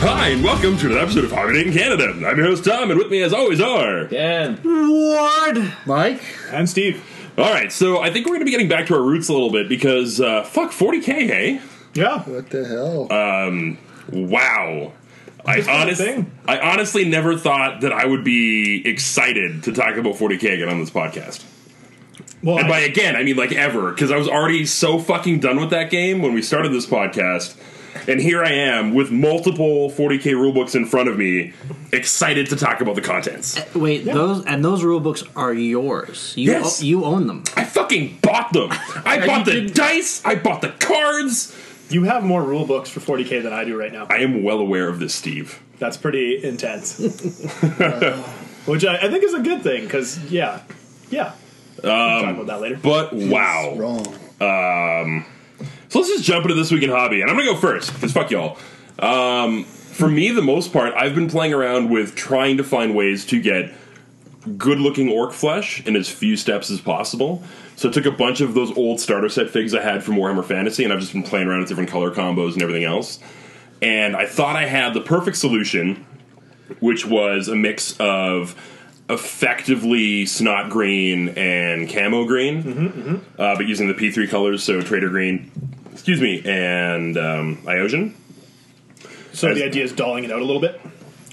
Hi, and welcome to another episode of Holiday in Canada. I'm your host Tom, and with me as always are. Dan. Ward. Mike? And Steve. Alright, so I think we're going to be getting back to our roots a little bit because, uh, fuck, 40k, hey? Yeah. What the hell? Wow. I, not a honest, thing. I honestly never thought that I would be excited to talk about 40k again on this podcast. Well, And by again, I mean like ever, because I was already so fucking done with that game when we started this podcast. And here I am with multiple 40k rulebooks in front of me, excited to talk about the contents. Wait, those and those rule books are yours. You Yes. o- you own them. I fucking bought them. I bought the dice. I bought the cards. you have more rule books for 40k than I do right now. I am well aware of this, Steve. That's pretty intense. Which I, I think is a good thing, because, yeah. Yeah. we'll talk about that later. Um, But wow. Wrong. So let's just jump into this week in hobby, and I'm gonna go first because fuck y'all. Um, for me, the most part, I've been playing around with trying to find ways to get good-looking orc flesh in as few steps as possible. So I took a bunch of those old starter set figs I had from Warhammer Fantasy, and I've just been playing around with different color combos and everything else. And I thought I had the perfect solution, which was a mix of effectively snot green and camo green, Uh, but using the P3 colors, so Trader Green, excuse me, and um, Iosian so the idea is dolling it out a little bit.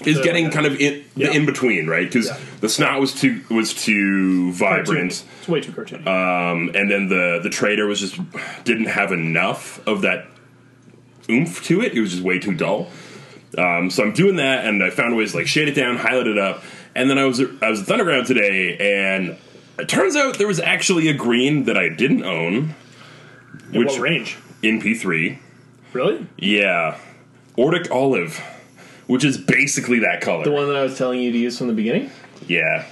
is So- getting kind of in, Yeah. the in between, right? Because Yeah. the snot was too was too vibrant. Cartoony. It's way too cartoony. Um, and then the the trader was just didn't have enough of that oomph to it. It was just way too dull. Um, so I'm doing that, and I found ways to, like shade it down, highlight it up, and then I was I was at Thunderground today, and it turns out there was actually a green that I didn't own, In which what range? in P3, Really? yeah, Ordic olive, which is basically that color. The one that I was telling you to use from the beginning? Yeah,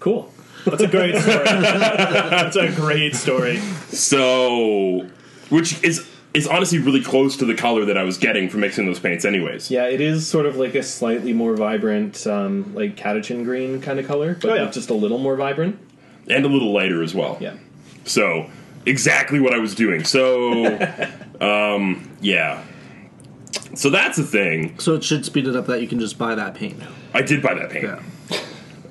Cool. That's a great story. That's a great story. So, which is is honestly really close to the color that I was getting from mixing those paints, anyways. Yeah, it is sort of like a slightly more vibrant, um, like catechin green kind of color, but Oh, yeah. with just a little more vibrant. and a little lighter as well. Yeah. So, exactly what I was doing. So, um, yeah. So that's the thing. So it should speed it up that you can just buy that paint now. I did buy that paint. Yeah.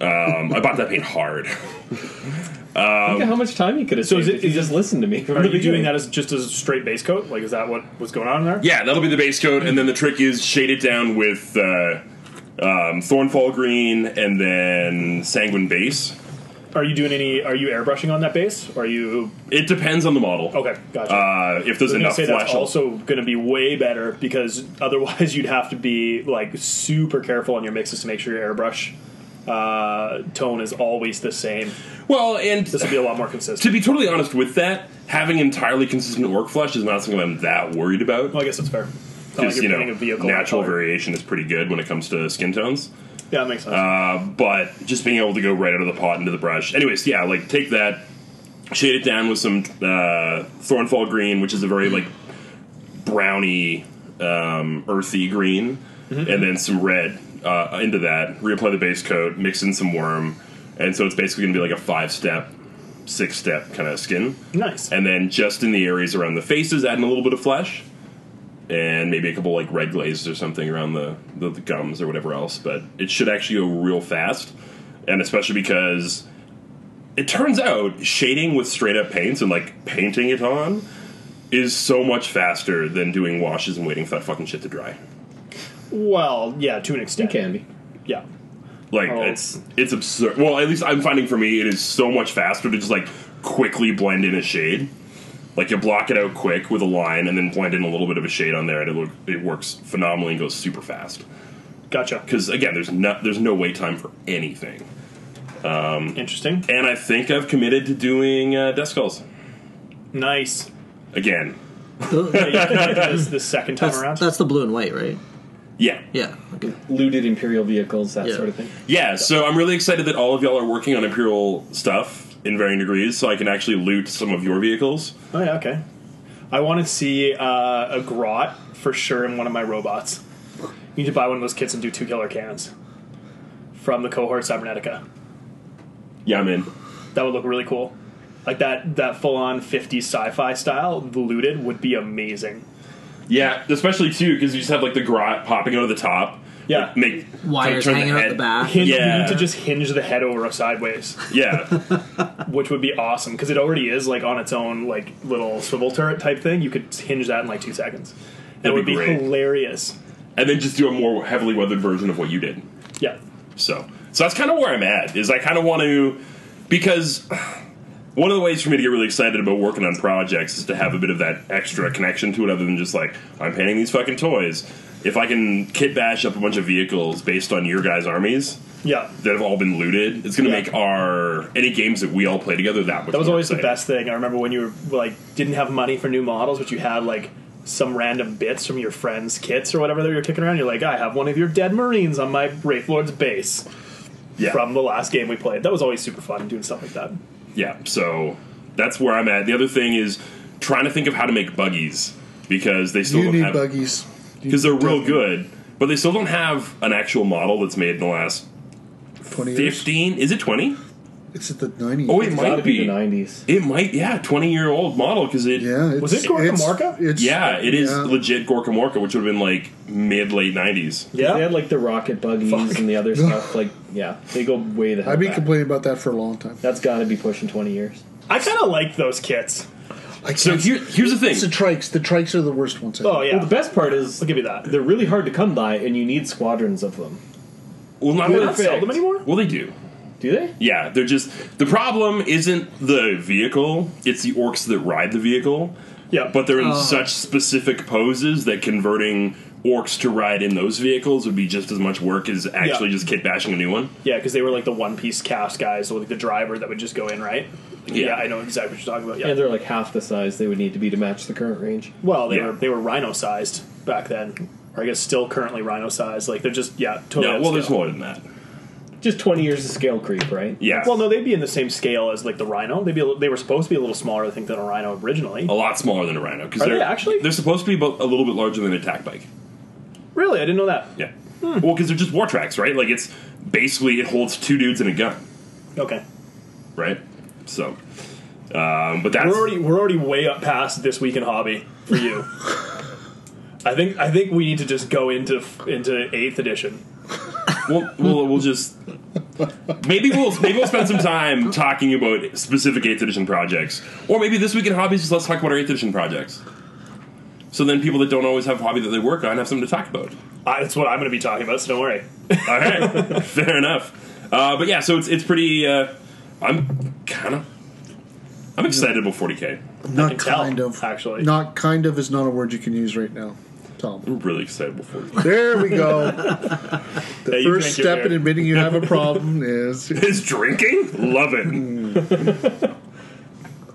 Um, I bought that paint hard. Look at how much time you could have so is saved it- if you is just listened to me. From Are the you doing beginning. that as just as a straight base coat? Like, is that what was going on there? Yeah, that'll be the base coat, and then the trick is shade it down with uh, um, Thornfall Green and then Sanguine Base. Are you doing any? Are you airbrushing on that base? Or are you? It depends on the model. Okay, gotcha. Uh, if there's I was gonna enough say flash, that's I'll- also going to be way better because otherwise you'd have to be like super careful on your mixes to make sure your airbrush uh, tone is always the same. well, and This will be a lot more to consistent. be totally honest with that, having entirely consistent orc flesh is not something I'm that worried about. Well, I guess that's fair. It's not like Because you're you painting know, a vehicle that natural color. variation is pretty good when it comes to skin tones. Yeah, that makes sense. Uh, But just being able to go right out of the pot into the brush. Anyways, yeah, like take that, shade it down with some uh, Thornfall green, which is a very like browny, um, earthy green, and then some red uh, into that. Reapply the base coat, mix in some worm, and so it's basically going to be like a five step, six step kind of skin. nice. and then just in the areas around the faces, adding a little bit of flesh, and maybe a couple like red glazes or something around the, the, the gums or whatever else. But it should actually go real fast, and especially because it turns out shading with straight up paints and like painting it on is so much faster than doing washes and waiting for that fucking shit to dry. well, yeah, to an It extent. can be. Yeah. Like Oh. it's it's absurd. Well, at least I'm finding for me, it is so much faster to just like quickly blend in a shade. Like you block it out quick with a line, and then blend in a little bit of a shade on there, and it look, it works phenomenally and goes super fast. Gotcha. Because again, there's no there's no wait time for anything. Interesting. And I think I've committed to doing uh, death skulls Nice. again. Th- this is the second time that's, around. that's the blue and white, right? Yeah. Yeah. Okay. looted Imperial vehicles, that Yeah. sort of thing. Yeah, so I'm really excited that all of y'all are working on Imperial stuff in varying degrees, so I can actually loot some of your vehicles. Oh yeah, okay. I want to see uh, a grot for sure in one of my robots. You need to buy one of those kits and do two killer cannons from the cohort cybernetica. Yeah, I'm in. That would look really cool. Like that that full on 50s sci-fi style looted would be amazing. Yeah, especially too because you just have like the grot popping out of the top. Yeah. Like, make Wires turn hanging out head- the back. Hinge, You Yeah. need to just hinge the head over sideways, Yeah, which would be awesome because it already is like on its own like little swivel turret type thing. You could hinge that in like two seconds. That That'd would be be great. hilarious. and then just do a more heavily weathered version of what you did. Yeah. So, so that's kind of where I'm at. Is I kind of want to because one of the ways for me to get really excited about working on projects is to have a bit of that extra connection to it, other than just like I'm painting these fucking toys. If I can kit bash up a bunch of vehicles based on your guys' armies Yeah. that have all been looted, it's going to Yeah. make our any games that we all play together that much That was more always the exciting. best thing. I remember when you were like didn't have money for new models, but you had like some random bits from your friends' kits or whatever that you were kicking around. You're like, I have one of your dead Marines on my Wraith Lord's base Yeah. from the last game we played. That was always super fun doing stuff like that. yeah, so that's where I'm at. The other thing is trying to think of how to make buggies because they still You don't need have buggies You because they're real definitely- good, but they still don't have an actual model that's made in the last Twenty years. fifteen. Is it twenty? It's at the nineties. Oh, it It's gotta might be be. the 90s. It might, yeah, twenty year old model because it, yeah. Yeah. It's, Was it Gorka it's- Morka? It's, it is yeah. legit Gorka Morka, which would have been like mid late nineties. They Yeah. had like the rocket buggies Fuck. and the other stuff. Like, yeah, they go way the hell I've been back. complaining about that for a long time. That's got to be pushing 20 years. I kind of like those kits. I So can't- here, here's the it's the thing. trikes. The trikes are the worst ones. I Oh yeah. Well, the best part is I'll give you that. they're really hard to come by, and you need squadrons of them. Well, not Do they really not sell them anymore? Well, they do. Do they? Yeah, they're just the problem isn't the vehicle; it's the orcs that ride the vehicle. Yeah, but they're in Oh. such specific poses that converting orcs to ride in those vehicles would be just as much work as actually Yeah. just kit bashing a new one. yeah, because they were like the one piece cast guys, so like the driver that would just go in, right? Yeah. I know exactly what you're talking about. Yeah. And they're like half the size they would need to be to match the current range. Well, they Yeah. were they were rhino sized back then, or I guess still currently rhino sized. Like they're just Oh, yeah, totally. No, out of well, there's scale. more than that. Just 20 years of scale creep, right? Yeah, Well, no, they'd be in the same scale as like the rhino. They'd be a- they were supposed to be a little smaller, I think, than a rhino originally. Oh. a lot smaller than a rhino because Are they're they actually? they're supposed to be about a little bit larger than an attack bike. Really, I didn't know that. Yeah, Hmm. Well, well, because they're just war tracks, right? Like it's basically it holds two dudes and a gun, Okay, right? So, um, but that's we're already we're already way up past this week in hobby for you. I think I think we need to just go into into eighth edition. we'll, we'll, we'll just maybe we'll maybe we'll spend some time talking about specific eighth edition projects, or maybe this week in hobbies, just let's talk about our eighth edition projects. So then, people that don't always have a hobby that they work on have something to talk about. I, that's what I'm going to be talking about. So don't worry. All right, fair enough. Uh, but yeah, so it's it's pretty. Uh, I'm kind of I'm excited about 40k. think. Not can tell, kind of. actually. Not kind of is not a word you can use right now, Tom. I'm really excited about 40k. There we go. The Yeah, you first drink your step in beer. admitting you have a problem is Is drinking? Love it.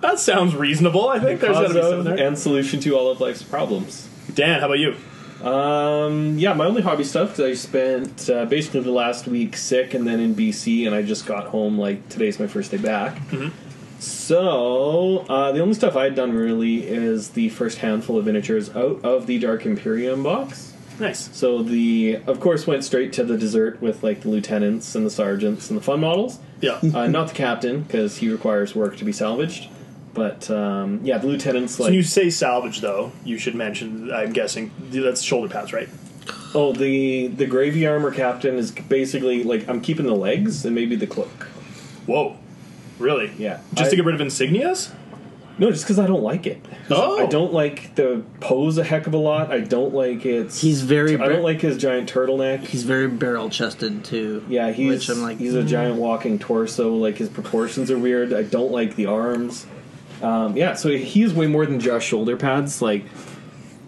That sounds reasonable. I think there's got to be Cause something of there. and solution to all of life's problems. Dan, how about you? Um, yeah, my only hobby stuff is I spent uh, basically the last week sick and then in BC, and I just got home like today's my first day back. So uh, the only stuff I had done really is the first handful of miniatures out of the Dark Imperium box. Nice. So the of course went straight to the dessert with like the lieutenants and the sergeants and the fun models. Yeah. Uh, not the captain because he requires work to be salvaged. But um, yeah, the lieutenants When like you say salvage, though, you should mention. I'm guessing that's shoulder pads, right? Oh, the the gravy armor captain is basically like I'm keeping the legs and maybe the cloak. Whoa, really? Yeah. Just to I- get rid of insignias? No, just because I don't like it. 'Cause Oh. I don't like the pose a heck of a lot. I don't like its. He's very I bra- don't like his giant turtleneck. He's very barrel chested too. Yeah, he's which I'm like mm. he's a giant walking torso. Like his proportions are weird. I don't like the arms. Um, yeah, so he's way more than just shoulder pads. Like,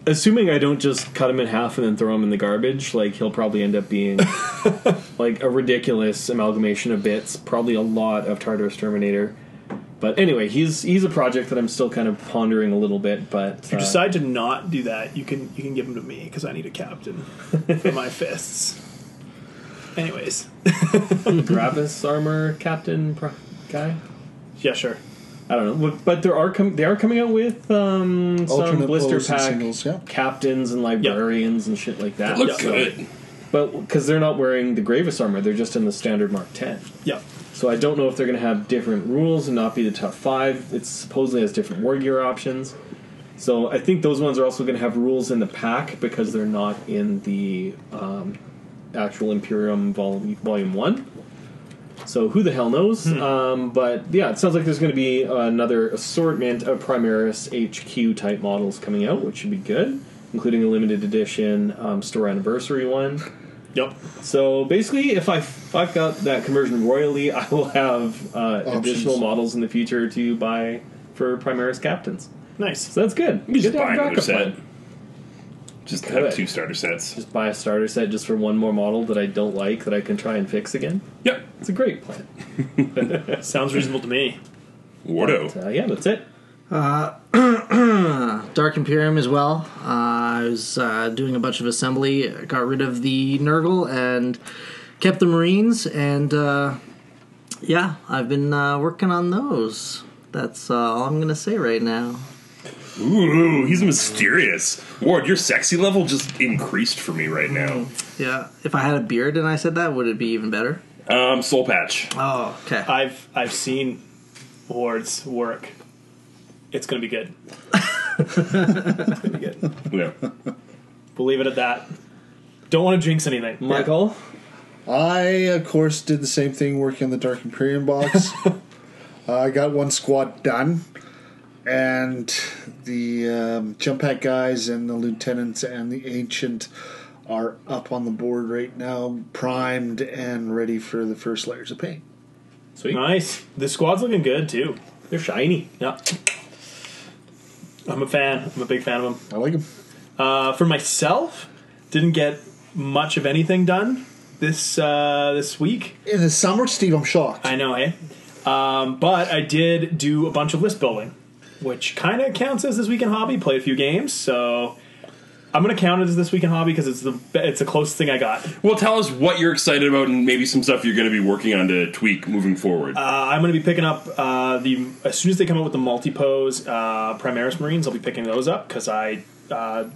assuming I don't just cut him in half and then throw him in the garbage, like he'll probably end up being like a ridiculous amalgamation of bits. Probably a lot of Tartarus Terminator. But anyway, he's he's a project that I'm still kind of pondering a little bit. But uh, If you decide to not do that, you can you can give them to me because I need a captain for my fists. Anyways, Gravis armor captain pro- guy. yeah, sure. I don't know, but, but there are com- they are coming out with um, some Alternate blister poses and pack singles, yeah. captains and librarians and shit like that. Look So- good. but because they're not wearing the Gravis armor, they're just in the standard Mark Ten. Yeah, So I don't know if they're going to have different rules and not be the top five. It supposedly has different war gear options. So I think those ones are also going to have rules in the pack because they're not in the um, actual Imperium vol- Volume One. So who the hell knows? Um, but yeah, it sounds like there's going to be another assortment of Primaris HQ type models coming out, which should be good, including a limited edition um, store anniversary one. yep. So basically, if I fuck up that conversion royally, I will have uh, additional models in the future to buy for Primaris captains. Nice. So that's good. You just Good to buy have a another backup set. plan. Just Good. have two starter sets. Just buy a starter set just for one more model that I don't like that I can try and fix again. Yep. It's a great plan. Sounds reasonable to me. Wardo. Uh, yeah, that's it. "Hmm, Dark Imperium as well. Uh, I was uh, doing a bunch of assembly, got rid of the Nurgle and kept the Marines, and uh, yeah, I've been uh, working on those. That's uh, all I'm gonna say right now. Ooh, he's mysterious. Ward, your sexy level just increased for me right now. Yeah, if I had a beard and I said that, would it be even better? Um, soul patch. Oh, okay. I've I've seen Ward's work. It's gonna be good. it's gonna be good. Yeah. We'll leave it at that. Don't want to jinx anything. Michael, I, of course, did the same thing working on the Dark Imperium box. uh, I got one squad done, and the um, jump pack guys and the lieutenants and the ancient are up on the board right now, primed and ready for the first layers of paint. sweet, Nice. The squad's looking good too. they're shiny. Yeah. I'm a fan. I'm a big fan of them. I like them. Uh, for myself, didn't get much of anything done this uh, this week. In the summer, Steve, I'm shocked. I know, eh? Um, but I did do a bunch of list building, which kind of counts as this weekend hobby. Played a few games, so I'm gonna count it as this weekend hobby because it's the it's the closest thing I got. Uh, Well, tell us what you're excited about and maybe some stuff you're going to be working on to tweak moving forward. I'm gonna be picking up uh, the as soon as they come out with the multi pose uh, Primaris Marines. I'll be picking those up because I uh,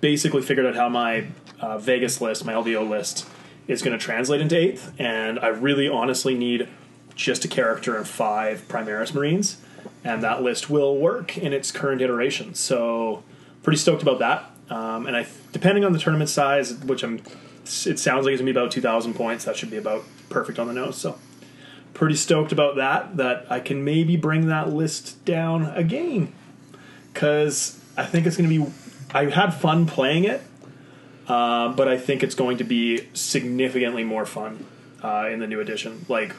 basically figured out how my uh, Vegas list, my LVO list, is going to translate into eighth, and I really honestly need just a character and five Primaris Marines, and that list will work in its current iteration. So, pretty stoked about that. Um, and I, depending on the tournament size, which I'm, it sounds like it's going to be about two thousand points. That should be about perfect on the nose. So. Pretty stoked about that. That I can maybe bring that list down again because I think it's going to be. I had fun playing it, uh, but I think it's going to be significantly more fun uh, in the new edition. Like,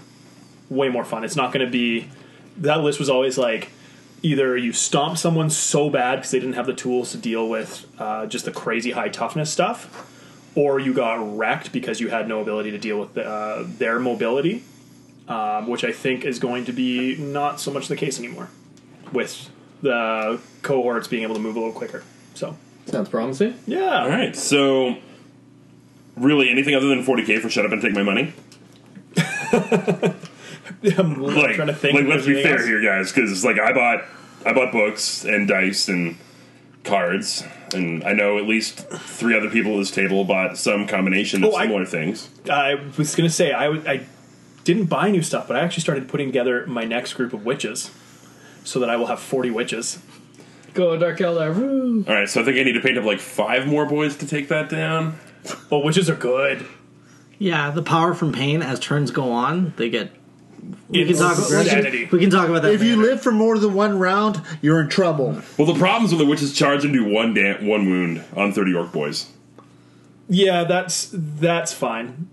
way more fun. It's not going to be. That list was always like either you stomp someone so bad because they didn't have the tools to deal with uh, just the crazy high toughness stuff, or you got wrecked because you had no ability to deal with uh, their mobility, um, which I think is going to be not so much the case anymore with the cohorts being able to move a little quicker. So Sounds promising. All yeah, right, so really anything other than 40k for shut up and take my money? I'm Like, trying to think. like of let's be anything fair else. here, guys, because like I bought, I bought books and dice and cards, and I know at least three other people at this table bought some combination of Oh, I- similar things. I was gonna say I w- I didn't buy new stuff, but I actually started putting together my next group of witches, so that I will have forty witches. Go Dark Eldar, woo! All right, so I think I need to paint up like five more boys to take that down. Well, witches are good. yeah, the power from pain as turns go on, they get. We can It's talk. we can- insanity. We can talk about that. If you later. live for more than one round, you're in trouble. Well, the problem's when the witches charge and do one da- one wound on 30 orc boys. Yeah, that's that's fine.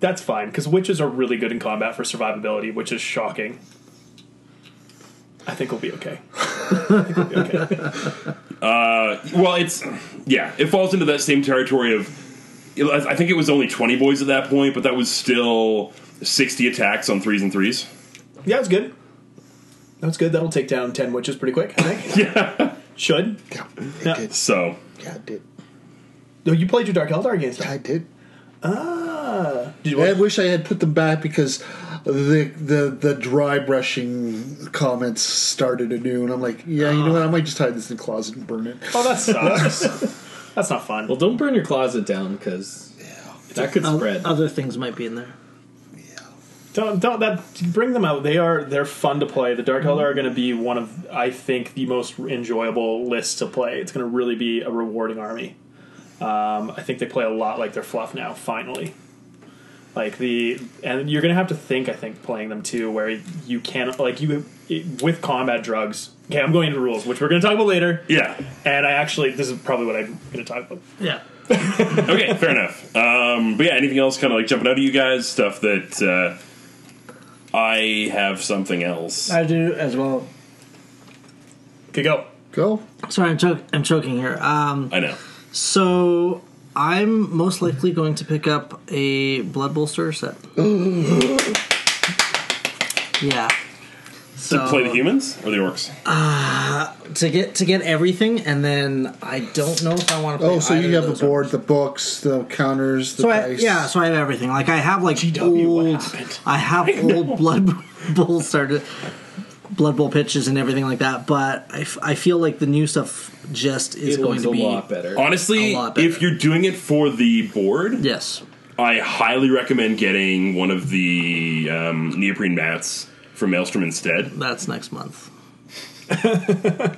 That's fine because witches are really good in combat for survivability, which is shocking. I think we'll be okay. I think we'll be okay. Well, it's yeah, it falls into that same territory of. I think it was only 20 boys at that point, but that was still 60 attacks on threes and threes. Yeah, it's good. That's good. That'll take down ten witches pretty quick. I think. yeah. Should. Yeah, I Yeah. did. So Yeah, I did. No, you played your Dark Eldar against them. I did. Ah. Did you? I wish I had put them back because the the the dry brushing comments started anew, and I'm like, yeah, you know what? I might just hide this in the closet and burn it. Oh, that sucks. That's not fun. Well, don't burn your closet down because that could spread. Other things might be in there. Don't don't that bring them out. They are they're fun to play. The Dark Elder are going to be one of I think the most enjoyable lists to play. It's going to really be a rewarding army. Um, I think they play a lot like their fluff now. Finally, like the and you're going to have to think. I think playing them too, where you can like you with combat drugs. Okay, I'm going into rules, which we're going to talk about later. yeah, And I actually this is probably what I'm going to talk about. Yeah. okay, fair enough. Um, but yeah, anything else kind of like jumping out at you guys? Stuff that uh, I have something else. I do as well. Okay, go. Go. Sorry, I'm, cho- I'm choking here. Um, I know. so I'm most likely going to pick up a Blood Bolster set. yeah. So to play the humans or the orcs? to get to get everything, and then I don't know if I want to. play Oh, so either you have of the those board, arms. the books, the counters, the So I, dice. yeah, so I have everything. Like I have like GW, what old, happened? I have old blood bowl started, blood bowl pitches and everything like that. But I, f- I feel like the new stuff just is it going looks to a be lot better. Honestly, A lot better. if you're doing it for the board, yes, I highly recommend getting one of the um, neoprene mats from Maelstrom instead. that's next month. Uh,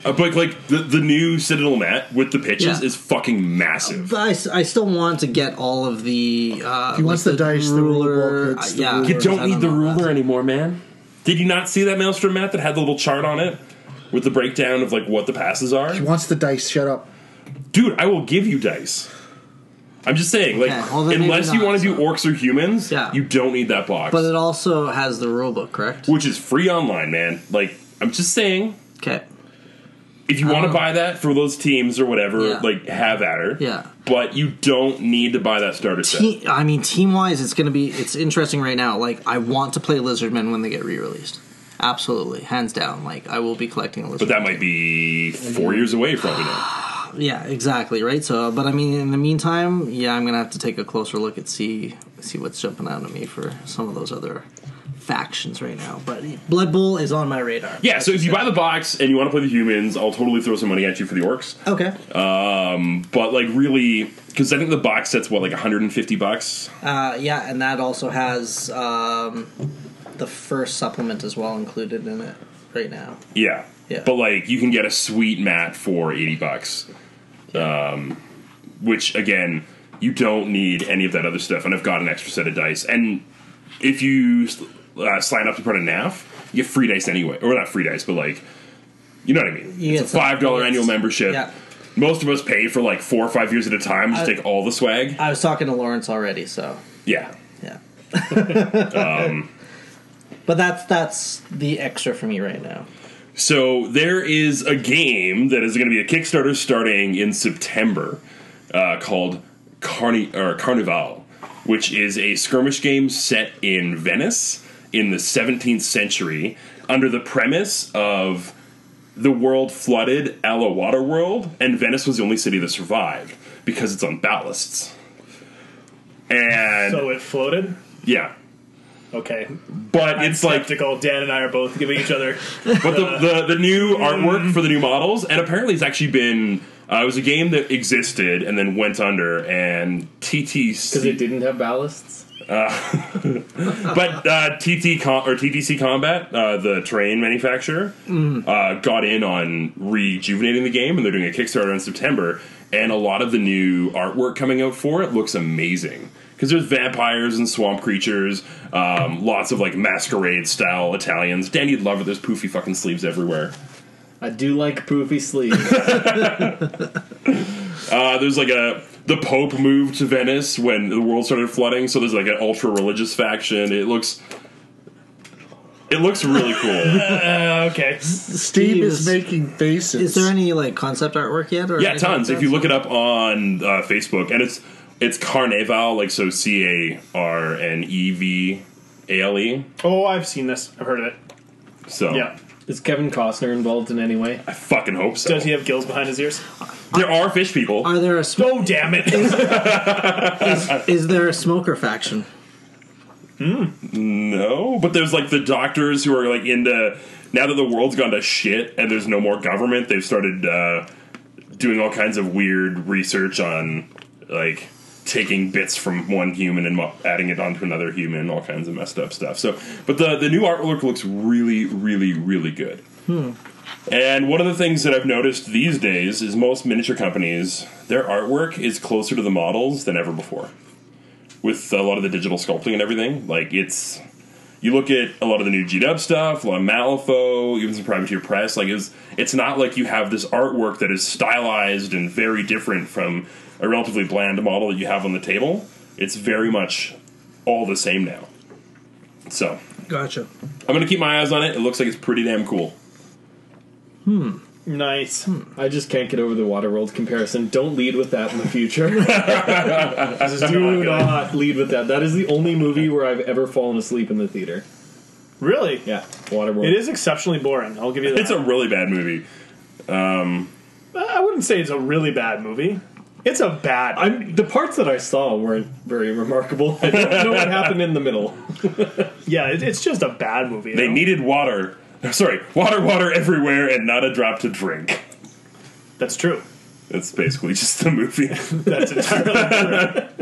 but like the, the new Citadel mat with the pitches Yeah. is fucking massive. But I, s- I still want to get all of the. Uh, He wants like the dice, the roll ball pits, uh, the yeah, rulers. You don't I need the know about ruler anymore, man. Did you not see that Maelstrom mat that had the little chart on it with the breakdown of like what the passes are? He wants the dice. Shut up. Dude, I will give you dice. I'm just saying, like, Okay, well, then maybe unless you not, want to do so- orcs or humans, Yeah. you don't need that box, But it also has the rule book, correct? which is free online, man. Like, I'm just saying, Okay. if you want to Oh. buy that for those teams or whatever, Yeah. like, have at her. Yeah. But you don't need to buy that starter set. Te- I mean, team wise, it's going to be it's interesting right now. Like, I want to play Lizardmen when they get re released. Absolutely, hands down. Like, I will be collecting a Lizardmen. But that might be four years away, probably now. yeah, exactly right. So, but I mean, in the meantime, yeah, I'm going to have to take a closer look at see see what's jumping out at me for some of those other factions right now. But Blood Bowl is on my radar. Yeah, so if you buy the box and you want to play the humans, I'll totally throw some money at you for the orcs. Okay. But like really, because I think the box set's what like 150 bucks. Uh, yeah, and that also has um, the first supplement as well included in it right now. Yeah. Yeah. But like you can get a sweet mat for 80 bucks. Um which again, you don't need any of that other stuff and I've got an extra set of dice. And if you uh, sign up to print a NAF, you get free dice anyway. Or not free dice, but like you know what I mean. You it's get a some- $5 annual yes. membership. Yeah. Most of us pay for like 4 or 5 years at a time just I- take all the swag. I was talking to Lawrence already, so yeah. yeah. Um, but that's that's the extra for me right now. So there is a game that is going to be a Kickstarter starting in September uh, called Carni- or Carnival, which is a skirmish game set in Venice in the 17th century under the premise of the world flooded a la Waterworld, and Venice was the only city that survived because it's on ballasts. And So it floated. yeah, Okay. but it's like skeptical. Dan and I are both giving each other. But the, the, the new artwork for the new models, and apparently it's actually been. Uh, it was a game that existed and then went under, and Because it TTC. didn't have ballasts. But uh, TT com- or TTC Combat, uh, the terrain manufacturer, uh, got in on rejuvenating the game, and they're doing a Kickstarter in September. And a lot of the new artwork coming out for it looks amazing because there's vampires and swamp creatures, um, lots of like masquerade style Italians. Danny'd love it. There's poofy fucking sleeves everywhere. I do like poofy sleeves. Uh, there's like a the Pope moved to Venice when the world started flooding, so there's like an ultra religious faction. It looks, it looks really cool. okay. Steve, Steve is, is- making faces. Is there any like concept artwork yet? Or yeah, anything like tons. that? If you look it up on uh, Facebook, and it's it's Carneval, like so C A R N E V A L E. Oh, I've seen this. I've heard of it. So Yeah. Is Is Kevin Costner involved in any way? I fucking hope so. Does he have gills behind his ears? there are fish people. Are there a sm- Oh, damn it! is there a smoker faction? No, but there's like the doctors who are like into now that the world's gone to shit and there's no more government, they've started uh, doing all kinds of weird research on like taking bits from one human and mu- adding it onto another human, all kinds of messed up stuff. So, but the the new artwork looks really, really, really good. And one of the things that I've noticed these days is most miniature companies, their artwork is closer to the models than ever before. With a lot of the digital sculpting and everything, like it's you look at a lot of the new G Dub stuff, a lot of Malifaux, even some Privateer Press. Like it's it's not like you have this artwork that is stylized and very different from a relatively bland model that you have on the table. It's very much all the same now. So Gotcha. I'm gonna keep my eyes on it. It looks like it's pretty damn cool. nice. I just can't get over the Waterworld comparison. Don't lead with that in the future. Do uh, not lead with that. That is the only movie where I've ever fallen asleep in the theater. Really? Yeah, Waterworld. It is exceptionally boring. I'll give you that. It's a really bad movie. I wouldn't say it's a really bad movie. It's a bad. I'm, the parts that I saw weren't very remarkable. I don't know what happened in the middle. yeah, it, it's just a bad movie. you They know? needed water. Sorry, water, water everywhere, and not a drop to drink. That's true. That's basically just the movie. That's entirely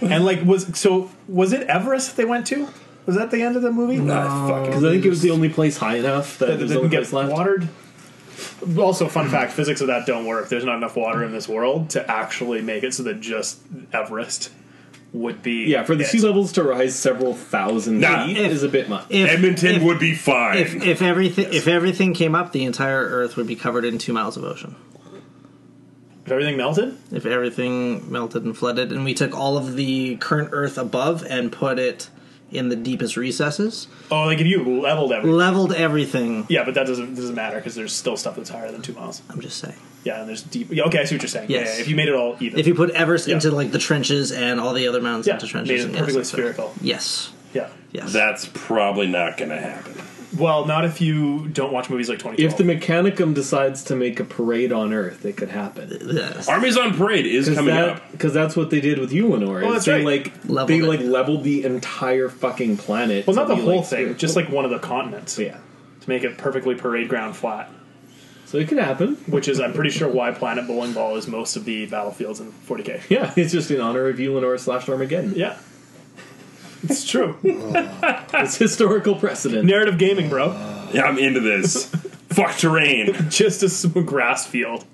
true. And like, was so? Was it Everest they went to? Was that the end of the movie? Ah, fuck it. Because I think it was the only place high enough that, That there's they only didn't get place left. watered. Also, fun fact: physics of that don't work. There's not enough water in this world to actually make it so that just Everest would be. Yeah, for the it. sea levels to rise several thousand Nah. feet If- is a bit much. If, Edmonton if, would be fine. If, if everything if everything came up, the entire Earth would be covered in two miles of ocean. If everything melted, If everything melted and flooded, and we took all of the current Earth above and put it in the deepest recesses, oh, like if you leveled everything. leveled everything. Yeah, but that doesn't doesn't matter because there's still stuff that's higher than two miles. I'm just saying. Yeah, and there's deep. Yeah, okay, I see what you're saying. Yeah, Yes. yeah, if you made it all even, If you put Everest Yeah. into like the trenches and all the other mountains yeah, into made trenches, it and perfectly yes, so- spherical. Yes, Yeah. yes. That's probably not going to happen. Well, not if you don't watch movies like 2012. If the Mechanicum decides to make a parade on Earth, it could happen. Yes. Armies on Parade is Because coming up. that's what they did with Ulanor. Oh, is that's they right. like Leveled they it. like leveled the entire fucking planet. well, not to the be, whole like, thing, just like one of the continents yeah. to make it perfectly parade ground flat, So it could happen. which is I'm pretty sure why Planet Bowling Ball is most of the battlefields in 40k. Yeah, it's just in honor of Ulanor slash Armageddon. Yeah, it's true. It's historical precedent. Narrative gaming, bro. Yeah, I'm into this. Fuck terrain. Just a s- grass field.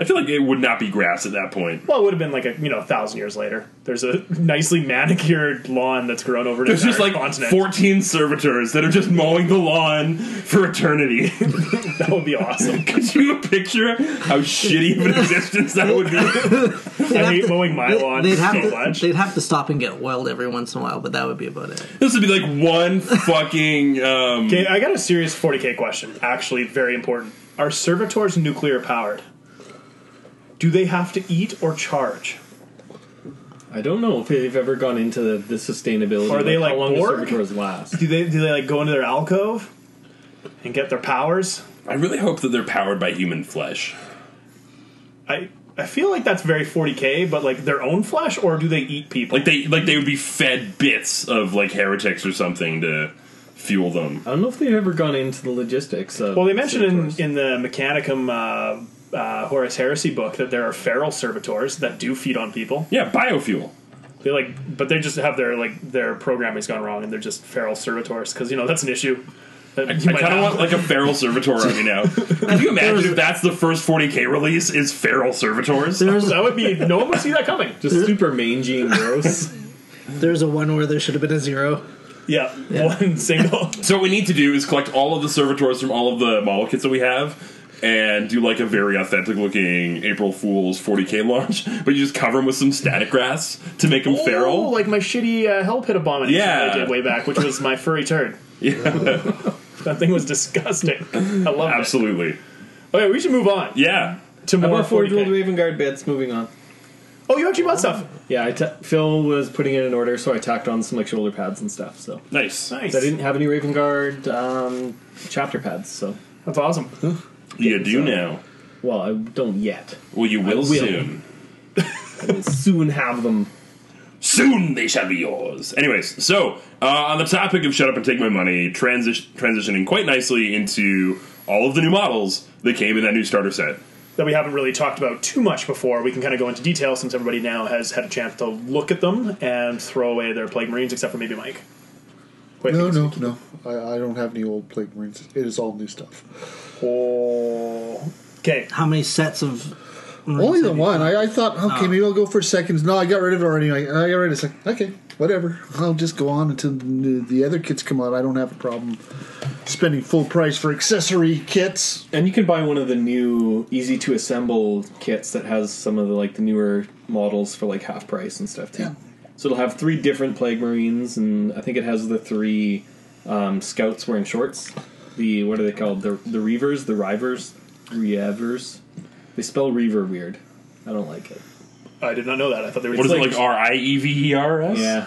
I feel like it would not be grass at that point. Well, it would have been like a you know a thousand years later. There's a nicely manicured lawn that's grown over. an There's just entire like continent. 14 servitors that are just mowing the lawn for eternity. That would be awesome. Could you picture how shitty of an existence that would be? I have hate to- mowing my lawn They'd have, so to, much. they'd have to stop and get oiled every once in a while, but that would be about it. This would be like one fucking. Um, Okay, I got a serious 40k question. Actually, very important. Are servitors nuclear powered? Do they have to eat or charge? I don't know if they've ever gone into the, the sustainability. Are they, like, how long do Borg? servitors last? Do they do they like go into their alcove and get their powers? I really hope that they're powered by human flesh. I I feel like that's very 40k, but like their own flesh, or do they eat people? Like they like they would be fed bits of like heretics or something to fuel them. I don't know if they've ever gone into the logistics of. well, they mentioned in, servitors. in the Mechanicum uh, uh, Horace Heresy book that there are feral servitors that do feed on people. Yeah, biofuel. They like, but they just have their like their programming's gone wrong, and they're just feral servitors because you know that's an issue. That you I might kind of have. want like a feral servitor army now. Can you imagine if that's the first 40k release is feral servitors? There's that would be no one would see that coming. Hmm? just super mangy and gross. there's a one where there should have been a zero. Yeah, one single. So what we need to do is collect all of the servitors from all of the model kits that we have. And do like a very authentic looking April Fool's 40k launch, but you just cover them with some static grass to make them Oh, feral. like my shitty uh, hell pit abomination Yeah. I did way back, which was my furry turd. Yeah, that thing was disgusting. I love it. Absolutely, Okay, we should move on yeah. to How more about Forge World 40K. Raven Guard bits? Moving on. Oh, you actually bought stuff. Yeah, I ta- Phil was putting it in order, so I tacked on some like shoulder pads and stuff. So Nice. Nice. I didn't have any Raven Guard um, chapter pads. So That's awesome. You do now. well, I don't yet. Well, you will, will. soon. I will soon have them. Soon they shall be yours. Anyways, so uh, on the topic of shut up and take my money, transi- transitioning quite nicely into all of the new models that came in that new starter set. that we haven't really talked about too much before. We can kind of go into detail since everybody now has had a chance to look at them and throw away their Plague Marines, except for maybe Mike. Wait, No, no, no. I, I don't have any old plate marines. It is all new stuff. Oh. Okay. How many sets of Only the one. I, I thought, okay, maybe I'll go for seconds. No, I got rid of it already. I, I got rid of it. It's like, okay, whatever. I'll just go on until the, the other kits come out. I don't have a problem spending full price for accessory kits. And you can buy one of the new easy to assemble kits that has some of the like the newer models for like half price and stuff too. Yeah. So it'll have three different plague marines, and I think it has the three um, scouts wearing shorts. The what are they called? The the reavers, the rivers, reavers. They spell reaver weird. I don't like it. I did not know that. I thought they were What is like, it like? R I E V E R S. Yeah,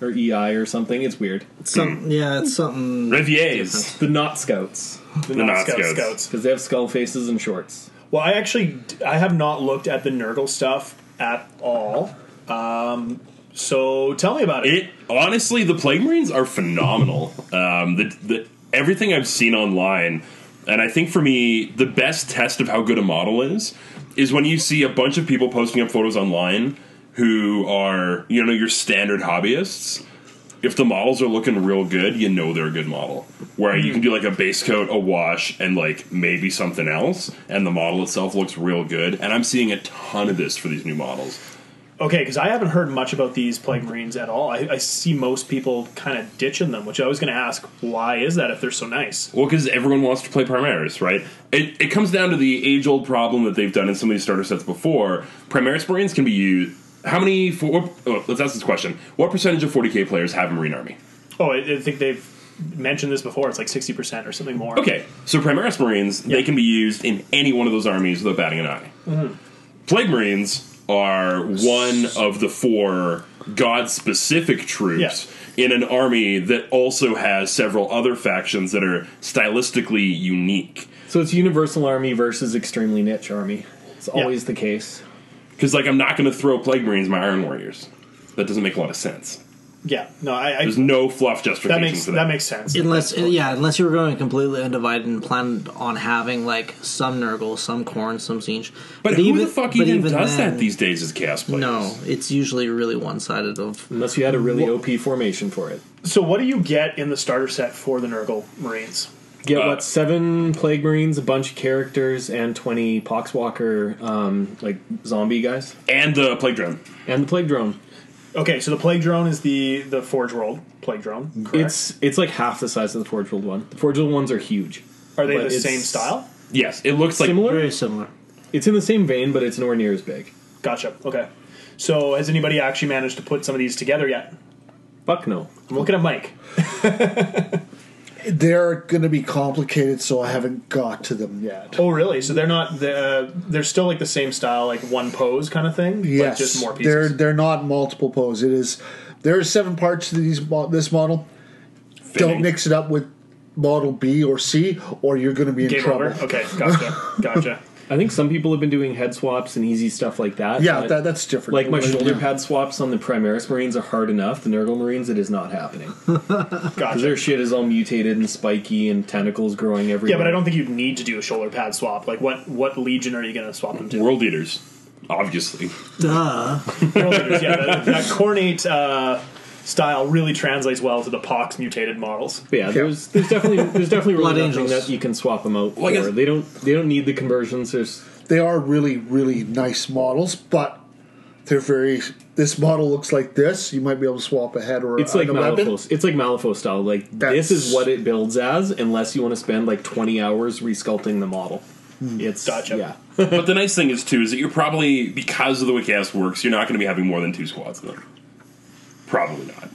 or EI or something. It's weird. Hmm. Some, yeah, it's something. Reviers. The not scouts the They're non not scouts. scouts. scouts. because they have skull faces and shorts. Well, I actually I have not looked at the Nurgle stuff at all. Um, so tell me about it. It honestly, the Plague Marines are phenomenal. Um, the, the everything I've seen online, and I think for me, the best test of how good a model is is when you see a bunch of people posting up photos online who are you know your standard hobbyists. If the models are looking real good, you know they're a good model. Where you can do like a base coat, a wash, and like maybe something else, and the model itself looks real good. And I'm seeing a ton of this for these new models. Okay, because I haven't heard much about these Plague Marines at all. I, I see most people kind of ditching them, which I was going to ask, why is that if they're so nice? Well, because everyone wants to play Primaris, right? It, it comes down to the age old problem that they've done in some of these starter sets before. Primaris Marines can be used. How many? For, what- oh, let's ask this question: What percentage of 40k players have a Marine army? Oh, I, I think they've mentioned this before. It's like sixty percent or something more. Okay, so Primaris Marines they can be used in any one of those armies without batting an eye. Plague Marines are one of the four god specific troops in an army that also has several other factions that are stylistically unique. So it's universal army versus extremely niche army. It's always the case. Because like I'm not going to throw plague marines in my iron warriors. That doesn't make a lot of sense. Yeah. No, I, I There's no fluff that justification makes for that. that. makes sense. Unless, uh, yeah, unless you were going completely undivided and planned on having like some Nurgle, some Corn, some Siege. but who the fuck but even even does then- that these days as chaos players? No, it's usually really one-sided. Of Unless you had a really OP formation for it. So, what do you get in the starter set for the Nurgle Marines? Get Uh, what seven plague marines, a bunch of characters, and twenty poxwalker um, like zombie guys, And the plague drone. and the plague drone. Okay, so the Plague Drone is the the Forge World Plague Drone. Correct. It's it's like half the size of the forge world one. The forge world ones are huge. Are they but the it's same style? Yes, it looks like Similar. very similar. It's in the same vein, but it's nowhere near as big. Gotcha. Okay. So, has anybody actually managed to put some of these together yet? Fuck no. I'm looking at Mike. They're going to be complicated, so I haven't got to them yet. Oh, really? So they're not the uh, they're still like the same style, like one pose kind of thing, yes, but just more they're pieces. they're not multiple pose. It is there are seven parts to these mo- this model. Don't fitting. mix it up with model B or C, or you're going to be in Game trouble. over. Okay, gotcha, gotcha. I think some people have been doing head swaps and easy stuff like that. Yeah, but that, that's different. like my Yeah. shoulder pad swaps on the Primaris Marines are hard enough. The Nurgle Marines, it is not happening. Gotcha. Their shit is all mutated and spiky and tentacles growing Yeah, everywhere. but I don't think you'd need to do a shoulder pad swap. Like, what what legion are you going to swap them to? world eaters. Obviously, Duh. World Eaters, yeah, that, that cornate uh, style really translates well to the pox mutated models. But yeah, there's there's definitely there's definitely Blood really nothing Angels. that you can swap them out Well, I for. guess- They don't they don't need the conversions. There's they are really really nice models but they're very this model looks like this you might be able to swap a head or it's like a weapon. Malifaux. It's like Malifaux style. Like That's- this is what it builds as, unless you want to spend like 20 hours resculpting the model. It's Gotcha. yeah. but the nice thing is too is that you're probably because of the way chaos works, you're not going to be having more than two squads of them. Probably not.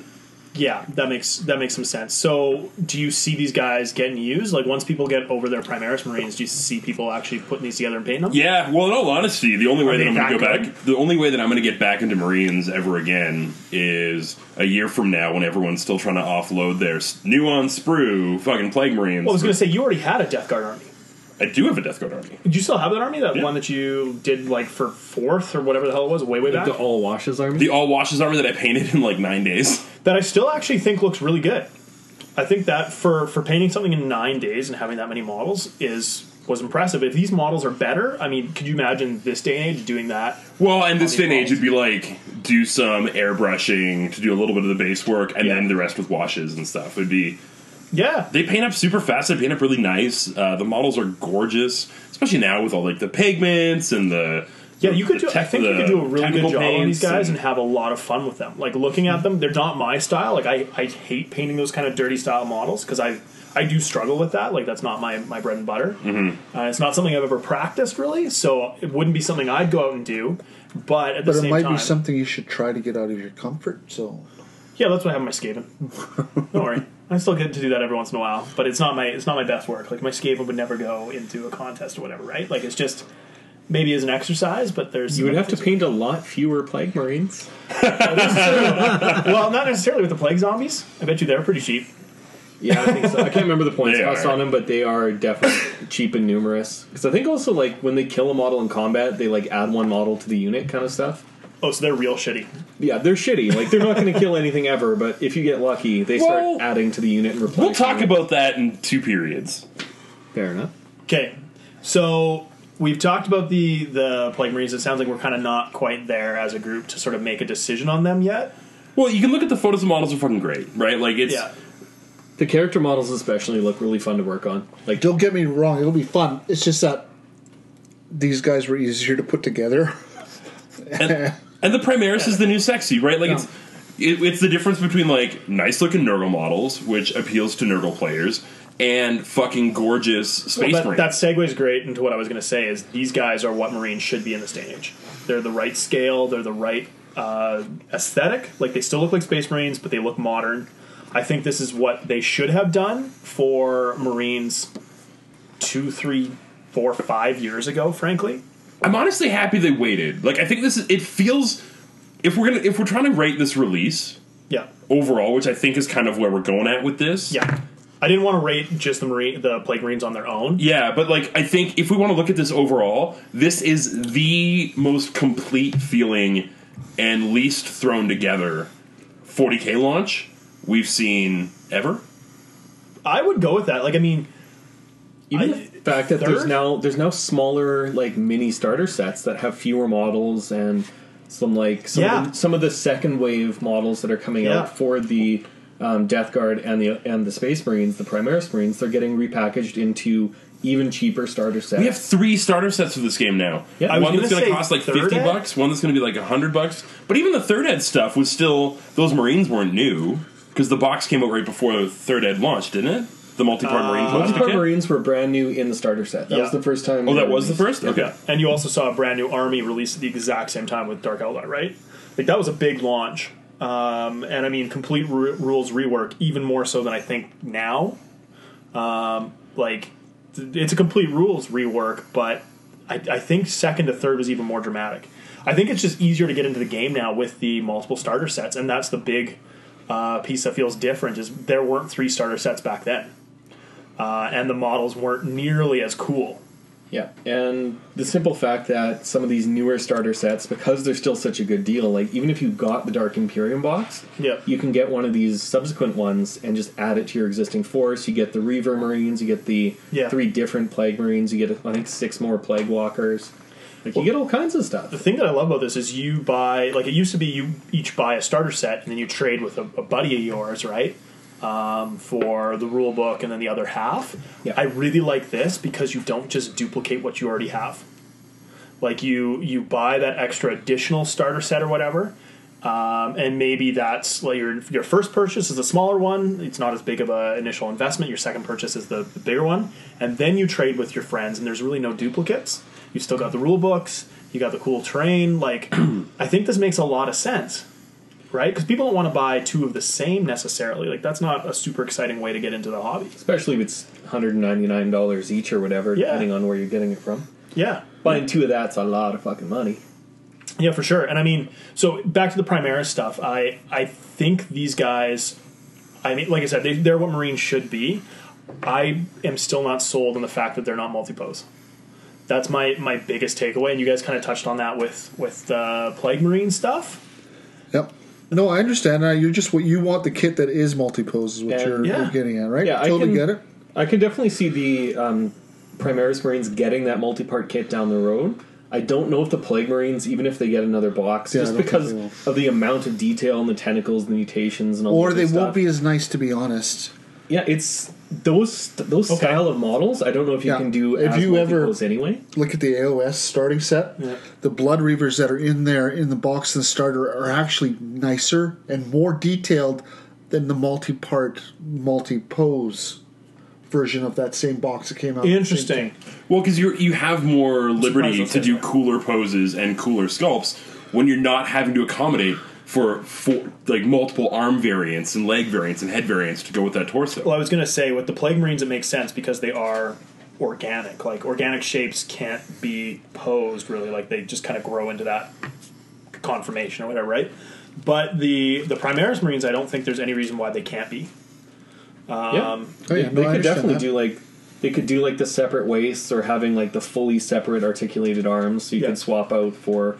Yeah, that makes that makes some sense. So, do you see these guys getting used? Like once people get over their Primaris Marines, do you see people actually putting these together and painting them? Yeah, well, in all honesty, the only way that they I'm going to go back back, the only way that I'm going to get back into Marines ever again is a year from now when everyone's still trying to offload their s- new on sprue fucking plague Marines. Well, I was going to say you already had a Death Guard army. I do have a Death Guard army. Do you still have that army? That Yeah. one that you did like for fourth or whatever the hell it was, way way back. The all washes army. The all washes army that I painted in like nine days. that I still actually think looks really good. I think that for for painting something in nine days and having that many models is was impressive. If these models are better, I mean, could you imagine this day and age doing that? Well, and this All day the and age models. would be like do some airbrushing to do a little bit of the base work, and Yeah. then the rest with washes and stuff. It'd be Yeah, they paint up super fast. They paint up really nice. Uh, the models are gorgeous, especially now with all like the pigments and the yeah. the- You could. the Do, I tech- think you the could do a really technical good job on these paints guys and, have a lot of fun with them. Like looking at them, they're not my style. Like I, I hate painting those kind of dirty style models because I I do struggle with that. Like that's not my my bread and butter. Mm-hmm. Uh, it's not something I've ever practiced really, so it wouldn't be something I'd go out and do. But at the But it same might time, be something you should try to get out of your comfort zone. Yeah, that's what I have in my Skaven. Don't worry. I still get to do that every once in a while, but it's not my it's not my best work. Like my Skaven would never go into a contest or whatever, right? Like it's just maybe as an exercise, but there's You would have to paint a lot fewer plague marines. well, not necessarily with the plague zombies. I bet you they're pretty cheap. Yeah, I think so. I can't remember the points They cost are. on them, but they are definitely cheap and numerous. Because I think also like when they kill a model in combat, they like add one model to the unit kind of stuff. Oh, so they're real shitty. Yeah, they're shitty. Like they're not going to kill anything ever, but if you get lucky, they Well, start adding to the unit and replacing. We'll talk about that in two periods. Fair enough. Okay, so we've talked about the the plague marines. It sounds like we're kind of not quite there as a group to sort of make a decision on them yet. Well, you can look at the photos. The models are fucking great, right? Like it's Yeah, The character models especially look really fun to work on. Like Don't get me wrong; it'll be fun. It's just that these guys were easier to put together. and, and the Primaris is the new sexy, right? Like it's it, it's the difference between like nice looking Nurgle models, which appeals to Nurgle players, and fucking gorgeous space Well, marines. that, that segues great into what I was going to say is these guys are what Marines should be in this day and age. They're the right scale. They're the right uh, aesthetic. Like they still look like Space Marines, but they look modern. I think this is what they should have done for Marines two, three, four, five years ago. Frankly, I'm honestly happy they waited. Like I think this is it feels if we're gonna if we're trying to rate this release yeah, overall, which I think is kind of where we're going at with this. yeah. I didn't want to rate just the Marine, the Plague Marines on their own. Yeah, but like I think if we want to look at this overall, this is the most complete feeling and least thrown together 40k launch we've seen ever. I would go with that. Like, I mean, even I- the fact that there's third? now there's now smaller like mini starter sets that have fewer models and some like some, Yeah. of, the, some of the second wave models that are coming Yeah. out for the um, Death Guard and the and the Space Marines, the Primaris Marines, they're getting repackaged into even cheaper starter sets. We have three starter sets for this game now. Yeah, I was one that's gonna going to say cost like third 50 ed? bucks, one that's going to be like 100 bucks. But even the third ed stuff was still those Marines weren't new because the box came out right before the third ed launched, didn't it? The multi-part Marine Uh, Most of plastic our kit? Marines were brand new in the starter set. That Yeah. was the first time. Oh, they that were was the released. first. Okay. And you also saw a brand new army released at the exact same time with Dark Eldar, right? Like that was a big launch, um, and I mean complete ru- rules rework, even more so than I think now. Um, like th- it's a complete rules rework, but I, I think second to third was even more dramatic. I think it's just easier to get into the game now with the multiple starter sets, and that's the big uh, piece that feels different. Is there weren't three starter sets back then, uh, and the models weren't nearly as cool. Yeah, and the simple fact that some of these newer starter sets, because they're still such a good deal, like even if you got the Dark Imperium box, Yeah. you can get one of these subsequent ones and just add it to your existing force. You get the Reaver Marines, you get the Yeah. three different Plague Marines, you get I think six more Plague Walkers. Like you get all kinds of the stuff. thing that I love about this is you buy like it used to be you each buy a starter set and then you trade with a, a buddy of yours, right? Um, for the rule book and then the other half. Yeah. I really like this because you don't just duplicate what you already have. Like you you buy that extra additional starter set or whatever. Um, and maybe that's like your your first purchase is a smaller one. It's not as big of an initial investment. Your second purchase is the, the bigger one, and then you trade with your friends. And there's really no duplicates. You still got the rule books. You got the cool terrain. Like, I think this makes a lot of sense. right? Because people don't want to buy two of the same necessarily. Like that's not a super exciting way to get into the hobby. especially if it's $199 each or whatever, Yeah. depending on where you're getting it from. Yeah, Buying two of that's a lot of fucking money. Yeah, for sure. And I mean, so back to the Primaris stuff. I I think these guys, I mean, like I said, they, they're what Marines should be. I am still not sold on the fact that they're not multi-pose. That's my my biggest takeaway. And you guys kind of touched on that with with the Plague Marine stuff. Yep. No, I understand. Uh, you're just what you want the kit that is multi pose is what And- you're, yeah. you're getting at, right? Yeah, I totally can- get it. I can definitely see the um, Primaris Marines getting that multi part kit down the road. I don't know if the Plague Marines, even if they get another box, Yeah, I just don't think because they will. of the amount of detail and the tentacles and the mutations and all Or that they stuff. won't be as nice, to be honest. Yeah, it's those those Okay. style of models. I don't know if you Yeah. can do If as you ever- multiples anyway. Look at the AOS starting set. The Blood Reavers that are in there in the box and the starter are actually nicer and more detailed than the multi part, multi pose version of that same box that came out. at the same Interesting. Well, because you you have more liberty surprised to I'll do say that. cooler poses and cooler sculpts when you're not having to accommodate for for like multiple arm variants and leg variants and head variants to go with that torso. Well, I was gonna say with the Plague Marines, it makes sense because they are organic. Like organic shapes can't be posed really. Like they just kind of grow into that conformation or whatever, right? But the the Primaris Marines, I don't think there's any reason why they can't be. yeah, Oh, yeah, Um, they, no, they I could understand definitely that. do like they could do like the separate waists or having like the fully separate articulated arms. So you Yeah. could swap out for.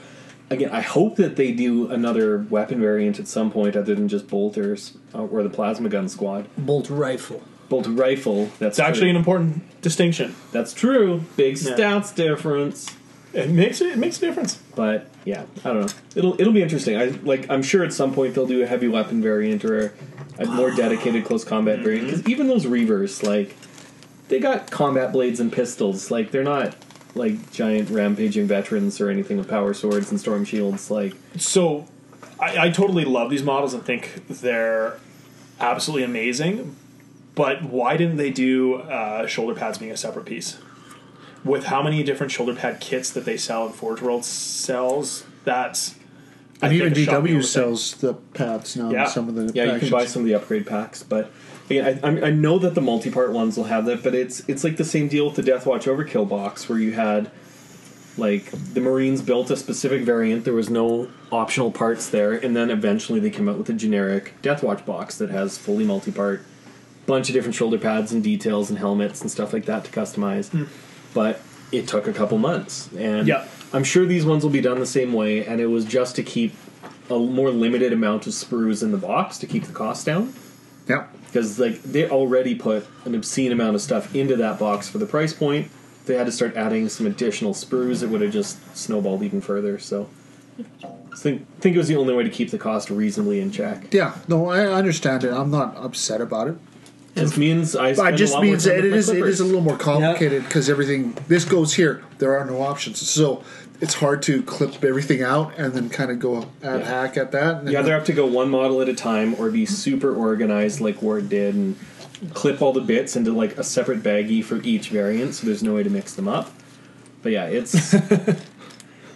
Again, I hope that they do another weapon variant at some point, other than just bolters uh, or the plasma gun squad. Bolt rifle. Bolt rifle. That's It's actually an true. important distinction. that's true. Big Yeah. stats difference. It makes it, it makes a difference. But yeah, I don't know. It'll it'll be interesting. I like. I'm sure at some point they'll do a heavy weapon variant or a more dedicated close combat variant. Because even those reavers, like, they got combat blades and pistols. Like they're not like giant rampaging veterans or anything with power swords and storm shields. Like So I, I totally love these models and think they're absolutely amazing. But why didn't they do uh, shoulder pads being a separate piece? With how many different shoulder pad kits that they sell in Forge World sells, that's I And think even a shot in the DW arm sells the paths now. in Yeah. Some of the yeah, you can factions. buy some of the upgrade packs, but. Again, I, I'm- I know that the multi-part ones will have that, but it's it's like the same deal with the Death Watch Overkill box, where you had like the Marines built a specific variant. There was no optional parts there, and then eventually they came out with a generic Death Watch box that has fully multi-part, bunch of different shoulder pads and details and helmets and stuff like that to customize. But it took a couple months, and Yeah. I'm sure these ones will be done the same way. And it was just to keep a more limited amount of sprues in the box to keep the cost down Yeah. because like they already put an obscene amount of stuff into that box for the price point. If they had to start adding some additional sprues, it would have just snowballed even further. So, I think think it was the only way to keep the cost reasonably in check. Yeah. No, I understand it. I'm not upset about it. This means I. But spend it a just lot more means time that it with my is it clippers. is a little more complicated because everything this goes here. There are no options, so it's hard to clip everything out and then kind of go ad hack at that. And then- You either have to go one model at a time or be super organized like Ward did and clip all the bits into like a separate baggie for each variant so there's no way to mix them up. But yeah, it's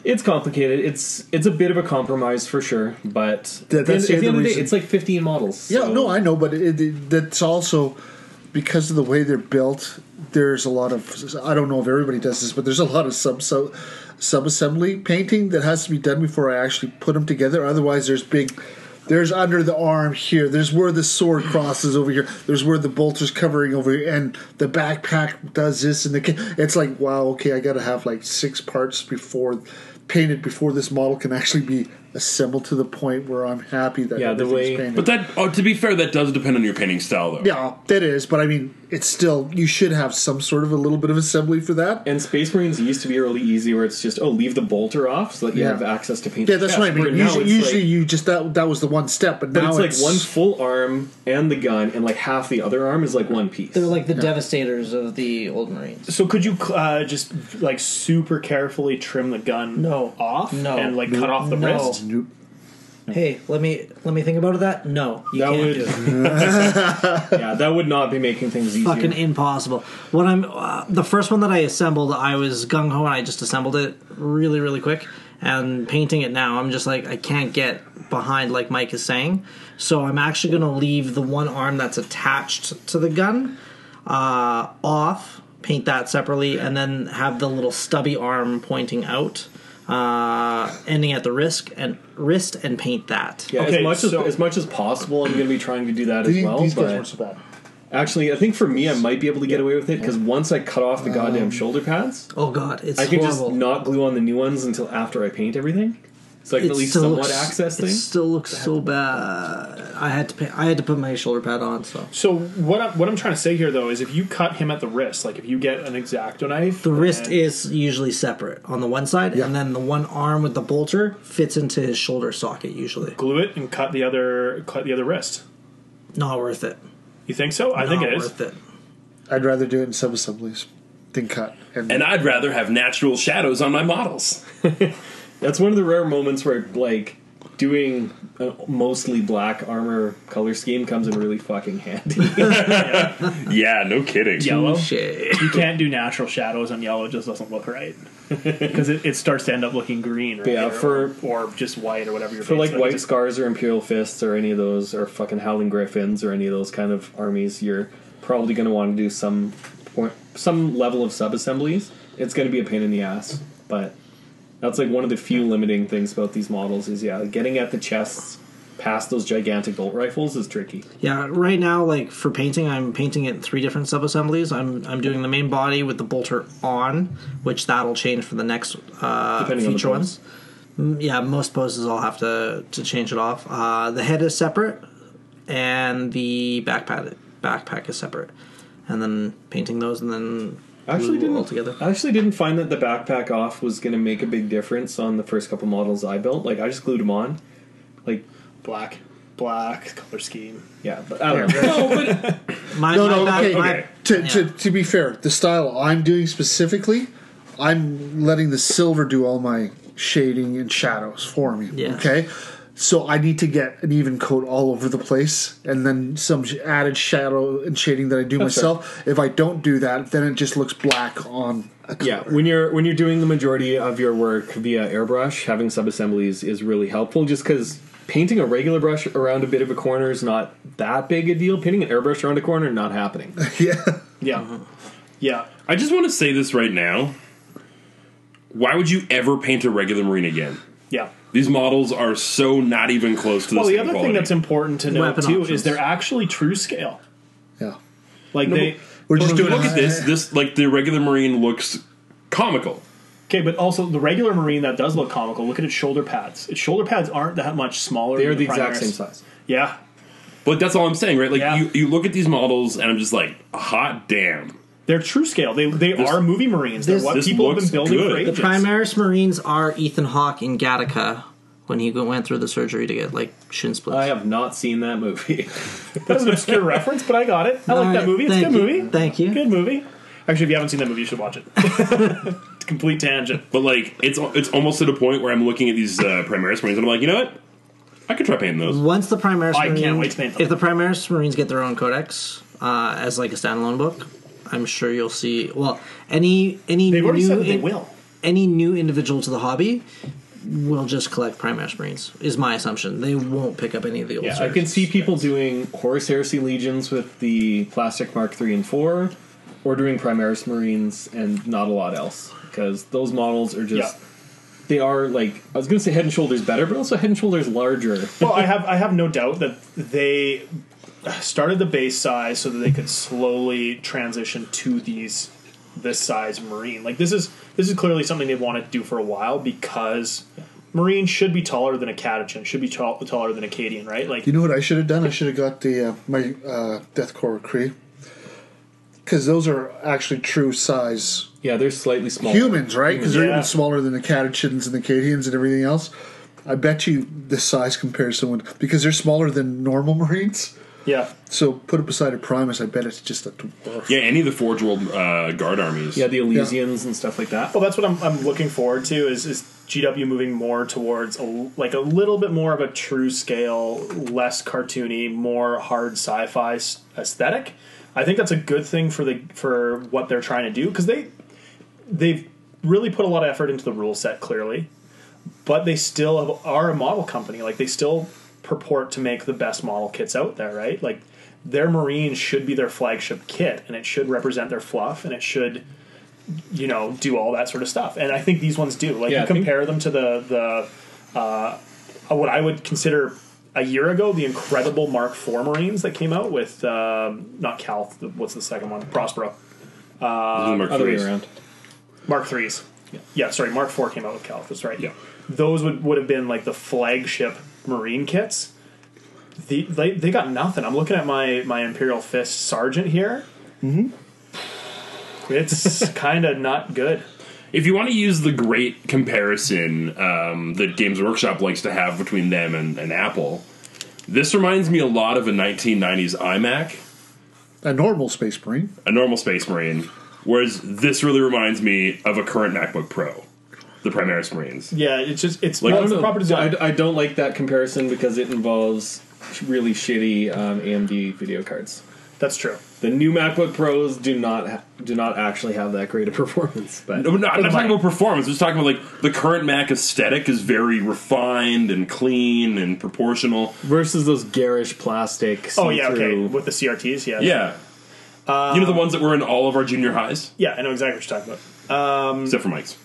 it's complicated. It's it's a bit of a compromise for sure, but That- at the end- that's at the the end of the day, reason- it's like 15 models. yeah, so- no, I know, but it, it, that's also because of the way they're built. There's a lot of I don't know if everybody does this, but there's a lot of sub sub sub assembly painting that has to be done before I actually put them together. Otherwise, there's big. There's under the arm here. There's where the sword crosses over here. There's where the bolter's covering over here, and the backpack does this. And the ca- it's like, wow, okay, I got to have like six parts before painted before this model can actually be assembled to the point where I'm happy that Yeah, the everything's way- painted. but that, oh, to be fair, that does depend on your painting style, though. Yeah, that is, but I mean, it's still you should have some sort of a little bit of assembly for that. And Space Marines used to be really easy where it's just, oh, leave the bolter off so that you Yeah. have access to paint. Yeah, the that's chest, what I where mean. now Usually, it's usually like- you just that that was the one step, but, but now it's like one full arm and the gun, and like half the other arm is like one piece. They're like the devastators of the old Marines. So could you uh, just like super carefully trim the gun No. off No. and like cut off the No. wrist? Nope. Hey, let me let me think about that. No, you That can't would- do it. yeah, that would not be making things easier. fucking impossible. When I'm uh, the first one that I assembled, I was gung ho and I just assembled it really, really quick. And painting it now, I'm just like I can't get behind, like Mike is saying. So I'm actually going to leave the one arm that's attached to the gun uh, off, paint that separately, and then have the little stubby arm pointing out, uh, ending at the wrist and wrist, and paint that. Yeah, Okay, as much so- as as much as possible, I'm going to be trying to do that as These, well. these guys but weren't so bad. actually, I think for me, I might be able to get away with it because once I cut off the goddamn shoulder pads, Oh God, it's I can Um, horrible. just not glue on the new ones until after I paint everything. So I can It at least still somewhat looks- access It things. still looks so bad. I had to pay, I had to put my shoulder pad on. So So what I'm, what I'm trying to say here though is if you cut him at the wrist, like if you get an exacto knife, the wrist and- is usually separate on the one side, and then the one arm with the bolter fits into his shoulder socket. Usually, glue it and cut the other cut the other wrist. not worth it. You think so? I think Not it is. worth it. I'd rather do it in sub assemblies than cut. And, And I'd rather have natural shadows on my models. That's one of the rare moments where like doing a mostly black armor color scheme comes in really fucking handy. Yeah, no kidding. Yellow. Touche. You can't do natural shadows on yellow; it just doesn't look right because it, it starts to end up looking green. Right Yeah, or, for- or just white or whatever. Your For like face- White just- Scars or Imperial Fists or any of those, or fucking Howling Griffins or any of those kind of armies, you're probably going to want to do some point, some level of sub assemblies. It's going to be a pain in the ass, but that's like one of the few limiting things about these models is yeah, getting at the chests past those gigantic bolt rifles is tricky. Yeah, right now, like for painting, I'm painting it in three different sub assemblies. I'm I'm doing the main body with the bolter on, which that'll change for the next uh, Depending on the future ones. pose. Mm, Yeah, most poses I'll have to to change it off. Uh, the head is separate, and the backpack backpack is separate, and then painting those, and then Actually, glue didn't all together. I actually didn't find that the backpack off was going to make a big difference on the first couple models I built. Like I just glued them on. Like black, black color scheme. yeah, but I don't know. My, no, my no, back- okay. my- To, yeah. to, to be fair, the style I'm doing specifically, I'm letting the silver do all my shading and shadows for me. Yeah. Okay. So I need to get an even coat all over the place, and then some sh- added shadow and shading that I do myself. If I don't do that, then it just looks black on a color. Yeah, when you're when you're doing the majority of your work via airbrush, having sub-assemblies is really helpful. Just because painting a regular brush around a bit of a corner is not that big a deal. Painting an airbrush around a corner not happening. yeah. Yeah, Uh-huh. yeah. I just want to say this right now. Why would you ever paint a regular marine again? Yeah. These models are so not even close to this. Well, the same other quality. thing that's important to note Weapon too options. is they're actually true scale. Yeah. Like they We're If just you doing look it- at this, this like the regular marine looks comical. okay, but also the regular marine that does look comical. Look at its shoulder pads. Its shoulder pads aren't that much smaller. They are than the exact Primaris. same size. Yeah, But that's all I'm saying, right? Like Yeah. you, you look at these models, and I'm just like, hot damn. they're true scale. They they are movie marines. They're this- what this people have been looks building good. for The ages. The Primaris Marines are Ethan Hawke in Gattaca when he went through the surgery to get like shin splints. I have not seen that movie. That's an obscure reference, but I got it. I like that Alright, movie. It's a good thank you, movie. Thank you. Good movie. Actually, if you haven't seen that movie, you should watch it. It's a complete tangent. But like, it's it's almost to the point where I'm looking at these uh, Primaris marines, and I'm like, you know what? I could try painting those. Once the Primaris I Marine, can't wait to paint them. if the Primaris Marines get their own codex uh, as like a standalone book, I'm sure you'll see. Well, any any They've already new said that they in- will. any new individual to the hobby will just collect Primaris Marines. Is my assumption. They won't pick up any of the old. yeah, I series. can see people doing Horus Heresy Legions with the plastic Mark three and four, or doing Primaris Marines and not a lot else because those models are just. Yeah. They are like I was going to say head and shoulders better, but also head and shoulders larger. well, I have I have no doubt that they started the base size so that they could slowly transition to these this size marine. Like this is this is clearly something they wanted to do for a while because marine should be taller than a catachin, should be tall, taller than a cadian, right? Like You know what I should have done? I should have got the uh, my uh, Deathcore Cree because those are actually true size Yeah, they're slightly smaller. humans, right? Because they're Yeah. even smaller than the catechins and the cadians and everything else. I bet you the size comparison would because they're smaller than normal marines. yeah. So put it beside a Primus. I bet it's just a dwarf. Yeah, any of the Forge World uh, guard armies. Yeah, the Elysians and stuff like that. Well, that's what I'm, I'm looking forward to is, is GW moving more towards a, like a little bit more of a true scale, less cartoony, more hard sci-fi s- aesthetic. I think that's a good thing for the for what they're trying to do because they they've really put a lot of effort into the rule set clearly. but they still have, are a model company. Like they still purport to make the best model kits out there, right? Like their Marine should be their flagship kit, and it should represent their fluff, and it should, you know, do all that sort of stuff. And I think these ones do. Like Yeah, you I think- compare them to the the uh, what I would consider a year ago the incredible Mark IV Marines that came out with um, not Cal. What's the second one? Prospero. Mark Other way III's. around. Mark threes. Yeah. sorry, Mark four came out with Calif. That's right. Yeah. those would would have been like the flagship Marine kits. The, they they got nothing. I'm looking at my my Imperial Fist Sergeant here. Mm-hmm. It's kind of not good. If you want to use the great comparison um, that Games Workshop likes to have between them and, and Apple, this reminds me a lot of a 1990s iMac, A normal Space Marine. a normal Space Marine, whereas this really reminds me of a current MacBook Pro, the Primaris Marines. Yeah, it's just it's Like- like, I don't the know. proper design. I, I don't like that comparison because it involves really shitty um, AMD video cards. That's true. The new MacBook Pros do not ha- do not actually have that great a performance, but No, no, I'm not talking about performance. I'm just talking about like the current Mac aesthetic is very refined and clean and proportional. versus those garish plastic. Oh yeah, okay. see-through- With the CRTs, yeah, Yeah. you know the ones that were in all of our junior highs, yeah. I know exactly what you're talking about. except for Mike's.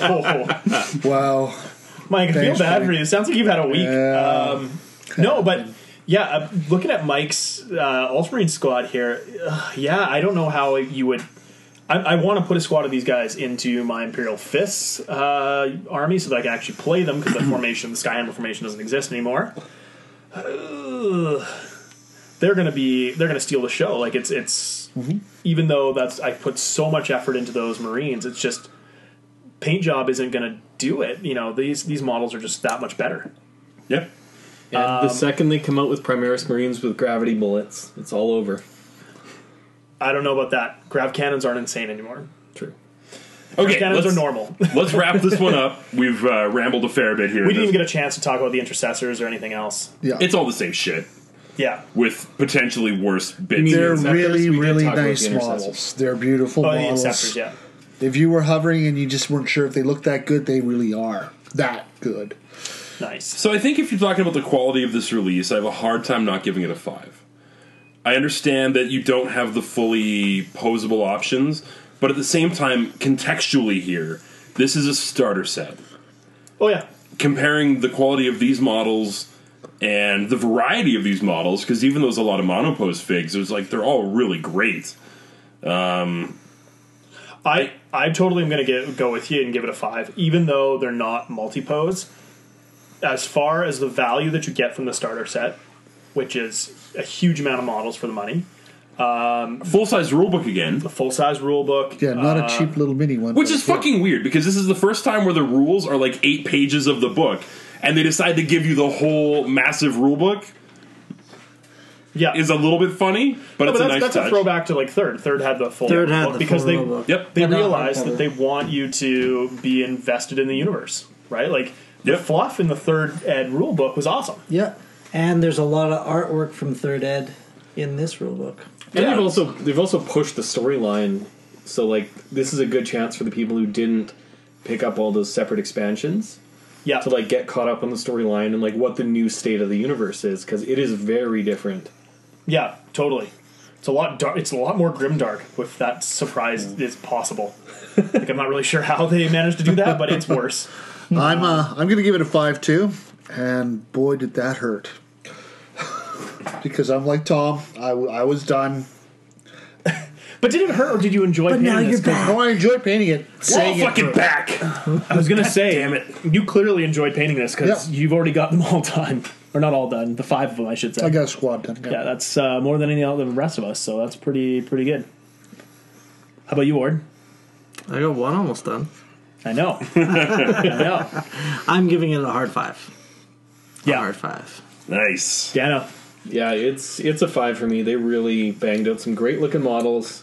Oh, Wow. Uh, Mike, I feel Thanks, bad Mike. for you. It sounds like you've had a week. Yeah. Um, no, but yeah, uh, looking at Mike's uh, Ultramarine squad here, uh, yeah, I don't know how you would. I, I want to put a squad of these guys into my Imperial Fists uh, army so that I can actually play them because the formation, the Skyhammer formation, doesn't exist anymore. Ugh. they're gonna be they're gonna steal the show. Like it's it's even though that's I put so much effort into those Marines, it's just paint job isn't gonna do it. You know these these models are just that much better. Yeah. And Um, the second they come out with Primaris Marines with gravity bullets, it's all over. I don't know about that. Grav cannons aren't insane anymore. True. Okay. cannons let's- are normal. Let's wrap this one up. We've uh, rambled a fair bit here. we didn't even get a chance to talk about the intercessors or anything else. Yeah. it's all the same shit Yeah. Oh, with potentially worse bits. mean, they're Interceptors, we really, did really talk about nice the Interceptors. models. They're beautiful Oh, the models. interceptors. Yeah. If you were hovering and you just weren't sure if they looked that good, they really are that good. Nice. so I think if you're talking about the quality of this release, I have a hard time not giving it a five. I understand that you don't have the fully posable options, but at the same time, contextually here, this is a starter set. Oh yeah. comparing the quality of these models and the variety of these models, because even though there's a lot of monopose figs, it was like they're all really great. I I totally am going to get go with you and give it a five, even though they're not multi pose. As far as the value that you get from the starter set, which is a huge amount of models for the money, Full size rulebook again, the full size rule book. Yeah, not uh, a cheap little mini one. which but is yeah. fucking weird because this is the first time where the rules are like eight pages of the book, and they decide to give you the whole massive rulebook. yeah. Is a little bit funny, but No, it's a but that's, nice that's touch. a throwback to like third. Third had the full Third rule had book the because full they rule book. Yep. they And not realized hardcover. that they want you to be invested in the universe, right? Like Yep. the fluff in the third ed rule book was awesome. Yeah, and there's a lot of artwork from Third Ed in this rulebook. And they've also they've also pushed the storyline, so like this is a good chance for the people who didn't pick up all those separate expansions Yeah, to like get caught up on the storyline and like what the new state of the universe is because it is very different. yeah, totally. It's a lot. Dar- it's a lot more grimdark. With that surprise, Mm. is possible. like I'm not really sure how they managed to do that, but it's worse. I'm uh, I'm gonna give it a five too, and boy did that hurt. because I'm like Tom, I, w- I was done. But did it hurt, or did you enjoy? But painting now this? you're 'Cause back. No, I enjoyed painting it. We're all Saying it fucking hurt. back. I was gonna say, Damn it. you clearly enjoyed painting this because Yeah. you've already got them all done, or not all done, the five of them, I should say. I got a squad done. yeah, that's uh, more than any of the rest of us, so that's pretty pretty good. How about you, Ward? I got one almost done. I know, I know. I'm giving it a hard five. A Yeah, hard five. Nice. Dano. Yeah, it's it's a five for me. They really banged out some great looking models.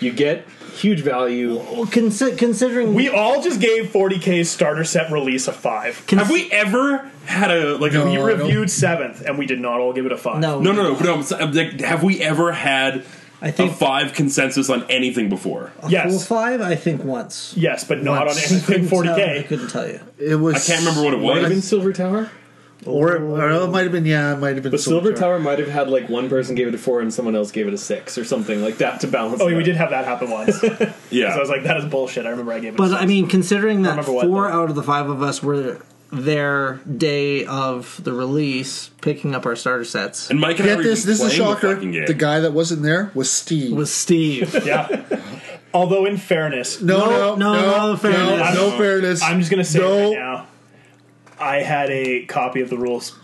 You get huge value. Well, consi- considering We all just gave 40k starter set release a five. cons- Have we ever had a like a No, We I don't- reviewed seventh, and we did not all give it a five. No, No, no, no. But I'm, s- I'm like, have we ever had I a think five consensus on anything before. a Yes. full five. I think once. Yes, but not Once. on anything Couldn't tell- 40k. I couldn't tell you. It was. I can't remember what it Might have been was. Silver Tower, Or, or it might have been. Yeah, it might have been. but Silver Tower might have had like one person gave it a four and someone else gave it a six or something like that to balance. Oh, it we out. did have that happen once. so Yeah, I was like, that is bullshit. I remember I gave it. a But six. I mean, considering that remember what, four though. out of the five of us were there day of the release, picking up our starter sets and Mike and I Get were this. just This is a playing shocker. The, fucking game. The guy that wasn't there was Steve. was Steve. yeah. Although, in fairness, no, No, no, no, no, no fairness. no fairness. I'm just gonna say no. right now, I had a copy of the rules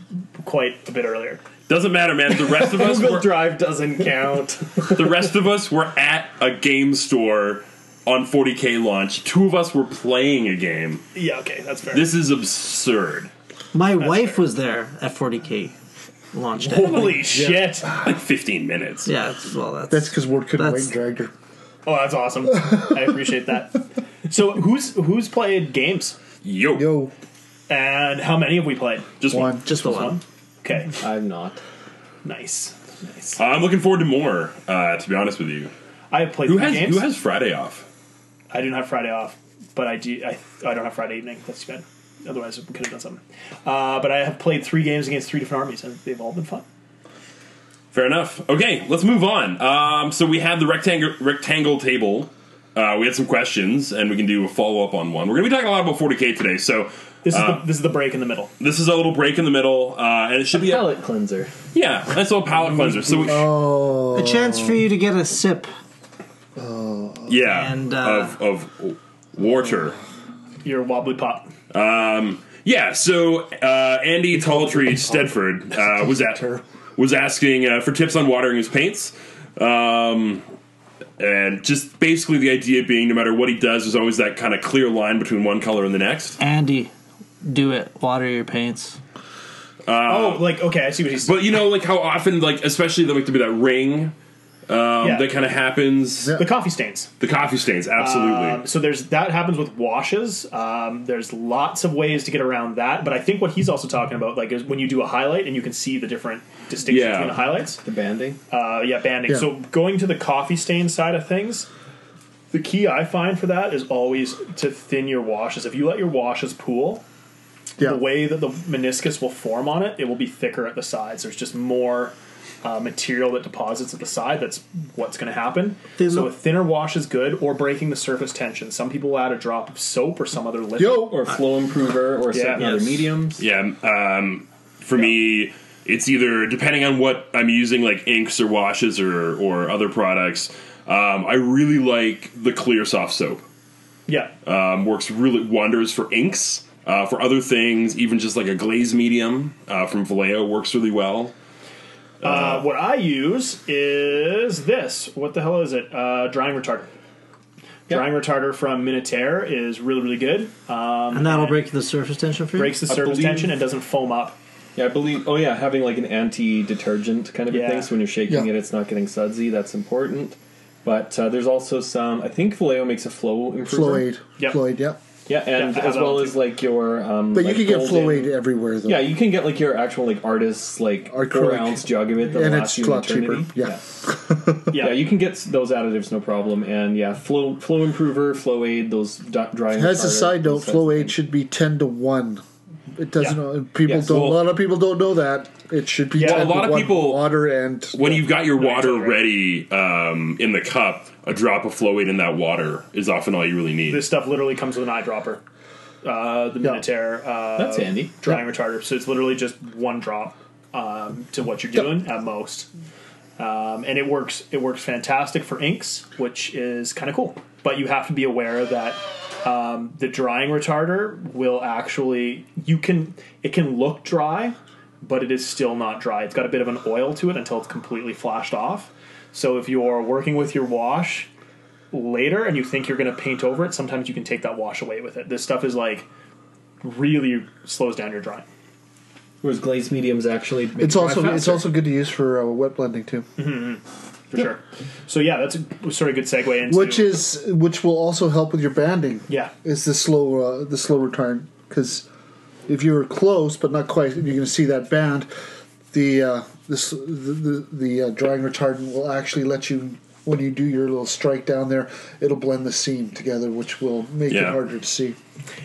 quite a bit earlier. Doesn't matter, man. The rest of us Google were Drive doesn't count. the rest of us were at a game store on 40k launch. Two of us were playing a game. Yeah, okay, that's fair. This is absurd. My wife was there at 40k launch day. Holy shit! Like 15 minutes. Yeah, it's- well, that's, That's because Ward couldn't That's- wait, dragged her. Oh, that's awesome. I appreciate that. So, who's who's played games, Yo, Yo, and how many have we played? just one. one. just the one. Okay, I'm not. nice, nice. Uh, I'm looking forward to more. Uh, to be honest with you, I have played who three has games. who has Friday off? I didn't have Friday off, but I do. I, I don't have Friday evening. That's too bad. Otherwise, we could have done something. Uh, but I have played three games against three different armies, and they've all been fun. Fair enough. Okay, let's move on. Um, so we have the rectangle rectangle table. Uh, we had some questions, and we can do a follow up on one. We're going to be talking a lot about 40k today, so This is Uh. the, this is the break in the middle. this is a little break in the middle, uh, and it should be a, Palette cleanser. yeah, that's a palate cleanser. So we, Oh, A chance for you to get a sip. yeah, And, uh, of of water. Your wobbly pop. Uh, Yeah, so uh, Andy Talltree Stedford uh, was at was asking uh, for tips on watering his paints, um, and just basically the idea being, no matter what he does, there's always that kind of clear line between one color and the next. Andy, do it. Water your paints. oh, like okay, I see what he's. But you know, like how often, like especially there like to be that ring um, yeah. that kind of happens. the coffee stains. The coffee stains, Uh, absolutely. Um, so there's that happens with washes. Um, there's lots of ways to get around that, but I think what he's also talking about, like, is when you do a highlight and you can see the different distinctions Yeah. between the highlights. The banding. Uh, yeah, banding. Yeah. So going to the coffee stain side of things, the key I find for that is always to thin your washes. If you let your washes pool, yeah. the way that the meniscus will form on it, it will be thicker at the sides. There's just more uh, material that deposits at the side. That's what's going to happen. They so look- a thinner wash is good, or breaking the surface tension. Some people will add a drop of soap or some other liquid. Yo, Or flow improver or certain Yeah. other Yes. mediums. Yeah. Um, for me, it's either depending on what I'm using, like inks or washes or or other products. Um, I really like the clear soft soap. Yeah, Uh, Um, works really wonders for inks, uh, for other things, even just like a glaze medium uh, from Vallejo works really well. Oh. Uh, what I use is this. What the hell is it? Uh, drying retarder. Yeah. Drying retarder from Minotaur is really really good. Um, And that'll break the surface tension for you? breaks the I surface believe- tension and doesn't foam up. Yeah, I believe. Oh yeah, having like an anti-detergent kind of a Yeah. thing. So when you're shaking Yeah. it, it's not getting sudsy. That's important. But uh, there's also some. I think Vallejo makes a flow improver. Floyd, Yep. Floyd, yeah. Yeah, and Yeah, I have as that well one as like your. Um, But like, you can get golden- Floyd everywhere though. Yeah, you can get like your actual like artist's like Acrylic. four ounce jug of it that and lasts it's you a an lot cheaper. eternity. Yeah, Yeah, Yeah, you can get s- those additives no problem, and yeah, flow flow improver, flow aid, those d- drying. As a retarder, side note, those sorts of flow aid things. should be ten to one. It doesn't. Yeah. People Yes. don't. Well- a lot of people don't know that. It should be. Yeah. Well, a 10 to lot of one people- water and When you've got your water totally right. ready um, in the cup, a drop of Floyd in that water is often all you really need. this stuff literally comes with an eyedropper. Uh, the Yeah. Minotaur uh, That's handy. drying retarder. So it's literally just one drop um, to what you're doing at most, um, and it works. It works fantastic for inks, which is kind of cool. But you have to be aware that um, the drying retarder will actually you can it can look dry, but it is still not dry. It's got a bit of an oil to it until it's completely flashed off. So if you're working with your wash later and you think you're going to paint over it, sometimes you can take that wash away with it. This stuff is like really slows down your drying. Whereas glazed mediums actually. make It's it dry also it's faster. also good to use for uh, wet blending too, for sure. So yeah, that's a sort of good segue into which is which will also help with your banding. yeah, is the slow uh, the slow return because if you were close but not quite, you're going to see that band. The uh, this the the, the uh, drying retardant will actually let you when you do your little strike down there, it'll blend the seam together, which will make Yeah. it harder to see.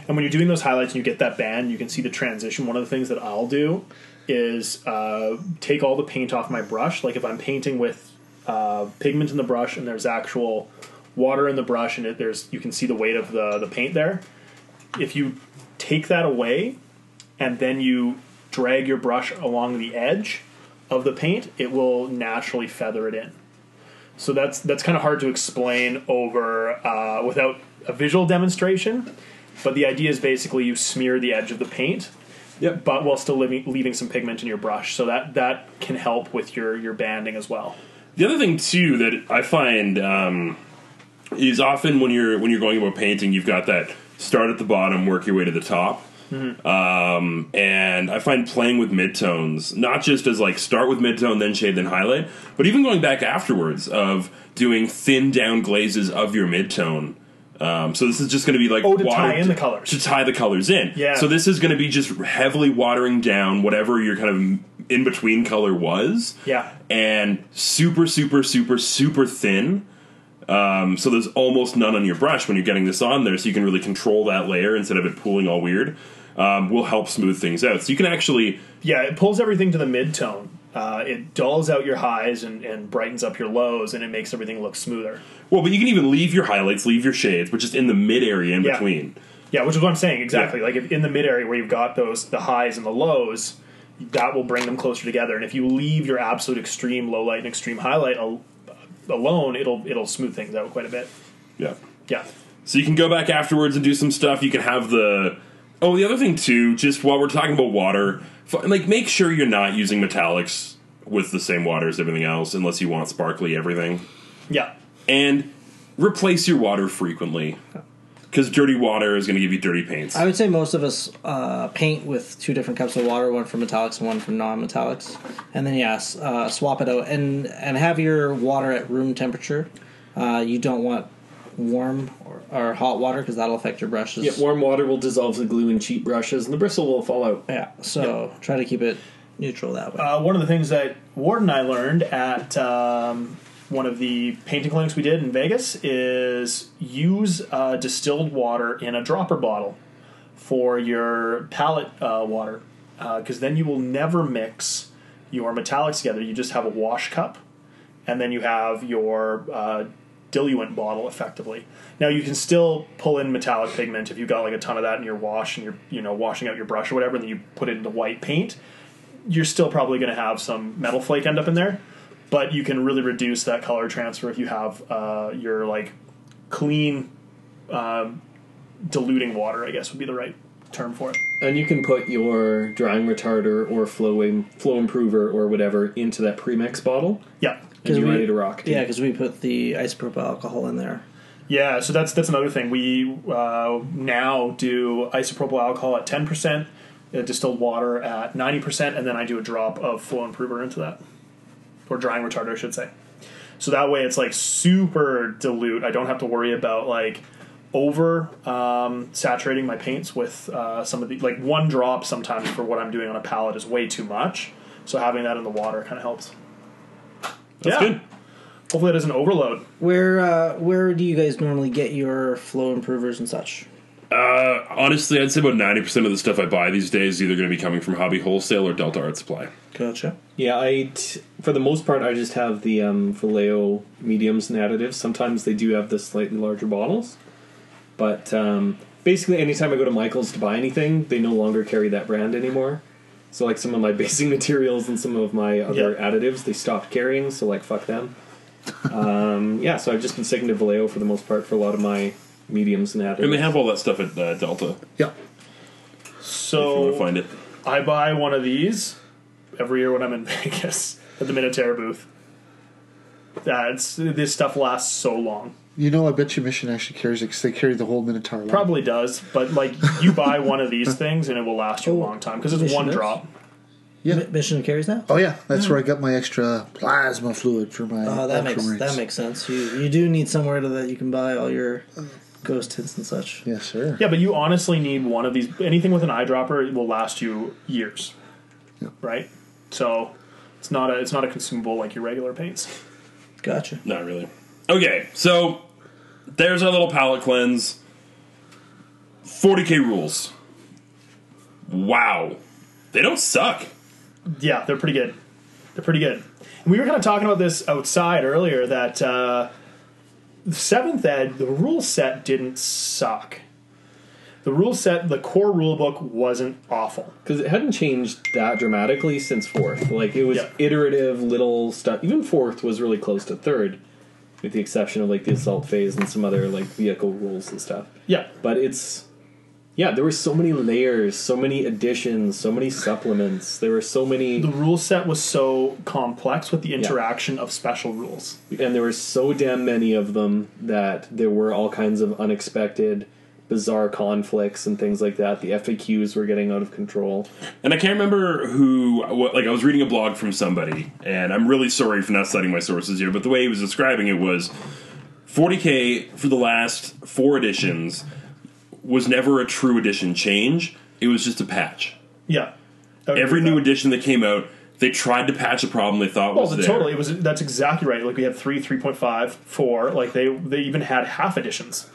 And when you're doing those highlights and you get that band, you can see the transition. One of the things that I'll do is uh, take all the paint off my brush. Like if I'm painting with uh, pigment in the brush and there's actual water in the brush and it, there's you can see the weight of the, the paint there. If you take that away and then you drag your brush along the edge of the paint, it will naturally feather it in. So that's that's kind of hard to explain over uh, without a visual demonstration. But the idea is basically you smear the edge of the paint, Yep. but while still leaving, leaving some pigment in your brush. So that that can help with your your banding as well. The other thing too that I find um, is often when you're when you're going about painting, you've got that start at the bottom, work your way to the top. Mm-hmm. Um, and I find playing with midtones, not just as like start with midtone, then shade, then highlight, but even going back afterwards of doing thin down glazes of your midtone. Um, so this is just going to be like Oh, to tie watered- in the colors. to tie the colors in. Yeah. So this is going to be just heavily watering down whatever your kind of in between color was Yeah. and super, super, super, super thin. Um, so there's almost none on your brush when you're getting this on there, so you can really control that layer instead of it pooling all weird. Um, will help smooth things out. So you can actually, Yeah, it pulls everything to the mid tone. Uh, it dulls out your highs and, and brightens up your lows, and it makes everything look smoother. well, but you can even leave your highlights, leave your shades, but just in the mid area in Yeah. between. Yeah, which is what I'm saying exactly. Like if in the mid area where you've got those the highs and the lows, that will bring them closer together. And if you leave your absolute extreme low light and extreme highlight al- alone, it'll it'll smooth things out quite a bit. Yeah. Yeah, So you can go back afterwards and do some stuff. You can have the oh, the other thing too. Just while we're talking about water, f- like make sure you're not using metallics with the same water as everything else, unless you want sparkly everything. yeah, and replace your water frequently because dirty water is going to give you dirty paints. I would say most of us uh, paint with two different cups of water, one for metallics and one for non-metallics, and then yes, uh, swap it out and and have your water at room temperature. Uh, you don't want warm or, or hot water because that'll affect your brushes. Yeah, warm water will dissolve the glue in cheap brushes, and the bristle will fall out. Yeah, so try to keep it neutral that way. uh, one of the things that Ward and I learned at um, one of the painting clinics we did in Vegas is use uh, distilled water in a dropper bottle for your palette uh, water because then you will never mix your metallics together. You just have a wash cup and then you have your uh, diluent bottle effectively. Now you can still pull in metallic pigment if you've got like a ton of that in your wash and you're you know washing out your brush or whatever, and then you put it into white paint you're still probably going to have some metal flake end up in there, but you can really reduce that color transfer if you have uh, your like clean um, diluting water. I guess would be the right term for it. And you can put your drying retarder or flow im- flow improver or whatever into that premix bottle, Yeah, and 'Cause you're we- ready to rock. yeah, because we put the isopropyl alcohol in there. yeah. So that's that's another thing. We uh, now do isopropyl alcohol at ten percent, uh, distilled water at ninety percent, and then I do a drop of flow improver into that, or drying retarder, I should say. So that way it's like super dilute. I don't have to worry about like over um, saturating my paints with uh, some of the like one drop sometimes for what I'm doing on a palette is way too much. So having that in the water kind of helps. That's yeah. good. Hopefully it doesn't overload. Where uh, where do you guys normally get your flow improvers and such? Uh, honestly, I'd say about ninety percent of the stuff I buy these days is either going to be coming from Hobby Wholesale or Delta Art Supply. Gotcha. Yeah, I t- for the most part I just have the um, Vallejo mediums and additives. Sometimes they do have the slightly larger bottles, but um, basically anytime I go to Michaels to buy anything, they no longer carry that brand anymore. So like some of my basing materials and some of my other Yeah. additives, they stopped carrying. So like fuck them. um, yeah, so I've just been sticking to Vallejo for the most part for a lot of my mediums and additives. And they have all that stuff at uh, Delta. Yeah. If you So want to find it, I buy one of these every year when I'm in Vegas at the Minotaur booth. That's this stuff lasts so long. You know, I bet you Mission actually carries it because they carry the whole Minotaur line. Probably does, but like you buy one of these things and it will last you a Oh, long time because it's Mission one does? drop. Yeah. Mi- Mission carries that. Oh yeah, that's where I got my extra plasma fluid for my. Hmm. Oh, that makes aquamarines. that makes sense. You you do need somewhere to, that you can buy all your ghost tints and such. Yes, sir. Yeah, but you honestly need one of these. Anything with an eyedropper it will last you years, Yeah. right? So it's not a it's not a consumable like your regular paints. Gotcha. not really. Okay, so there's our little palate cleanse. 40k rules. Wow. They don't suck. Yeah, they're pretty good. They're pretty good. And we were kind of talking about this outside earlier that uh, seventh ed, the rule set didn't suck. The rule set, the core rule book wasn't awful. because it hadn't changed that dramatically since fourth. Like it was Yeah. iterative little stuff. Even fourth was really close to third, with the exception of like the assault phase and some other like vehicle rules and stuff. Yeah, But it's yeah, there were so many layers, so many additions, so many supplements. There were so many, the rule set was so complex with the interaction of special rules. and there were so damn many of them that there were all kinds of unexpected. Bizarre conflicts and things like that. The FAQs were getting out of control. And I can't remember who, what, like, I was reading a blog from somebody, and I'm really sorry for not citing my sources here, but the way he was describing it was 40K for the last four editions was never a true edition change, it was just a patch. Yeah, I would agree Every with new that. edition that came out, they tried to patch a problem they thought Well, was the there. totally it was that's exactly right. Like we had three, three point five, four. Like they they even had half editions.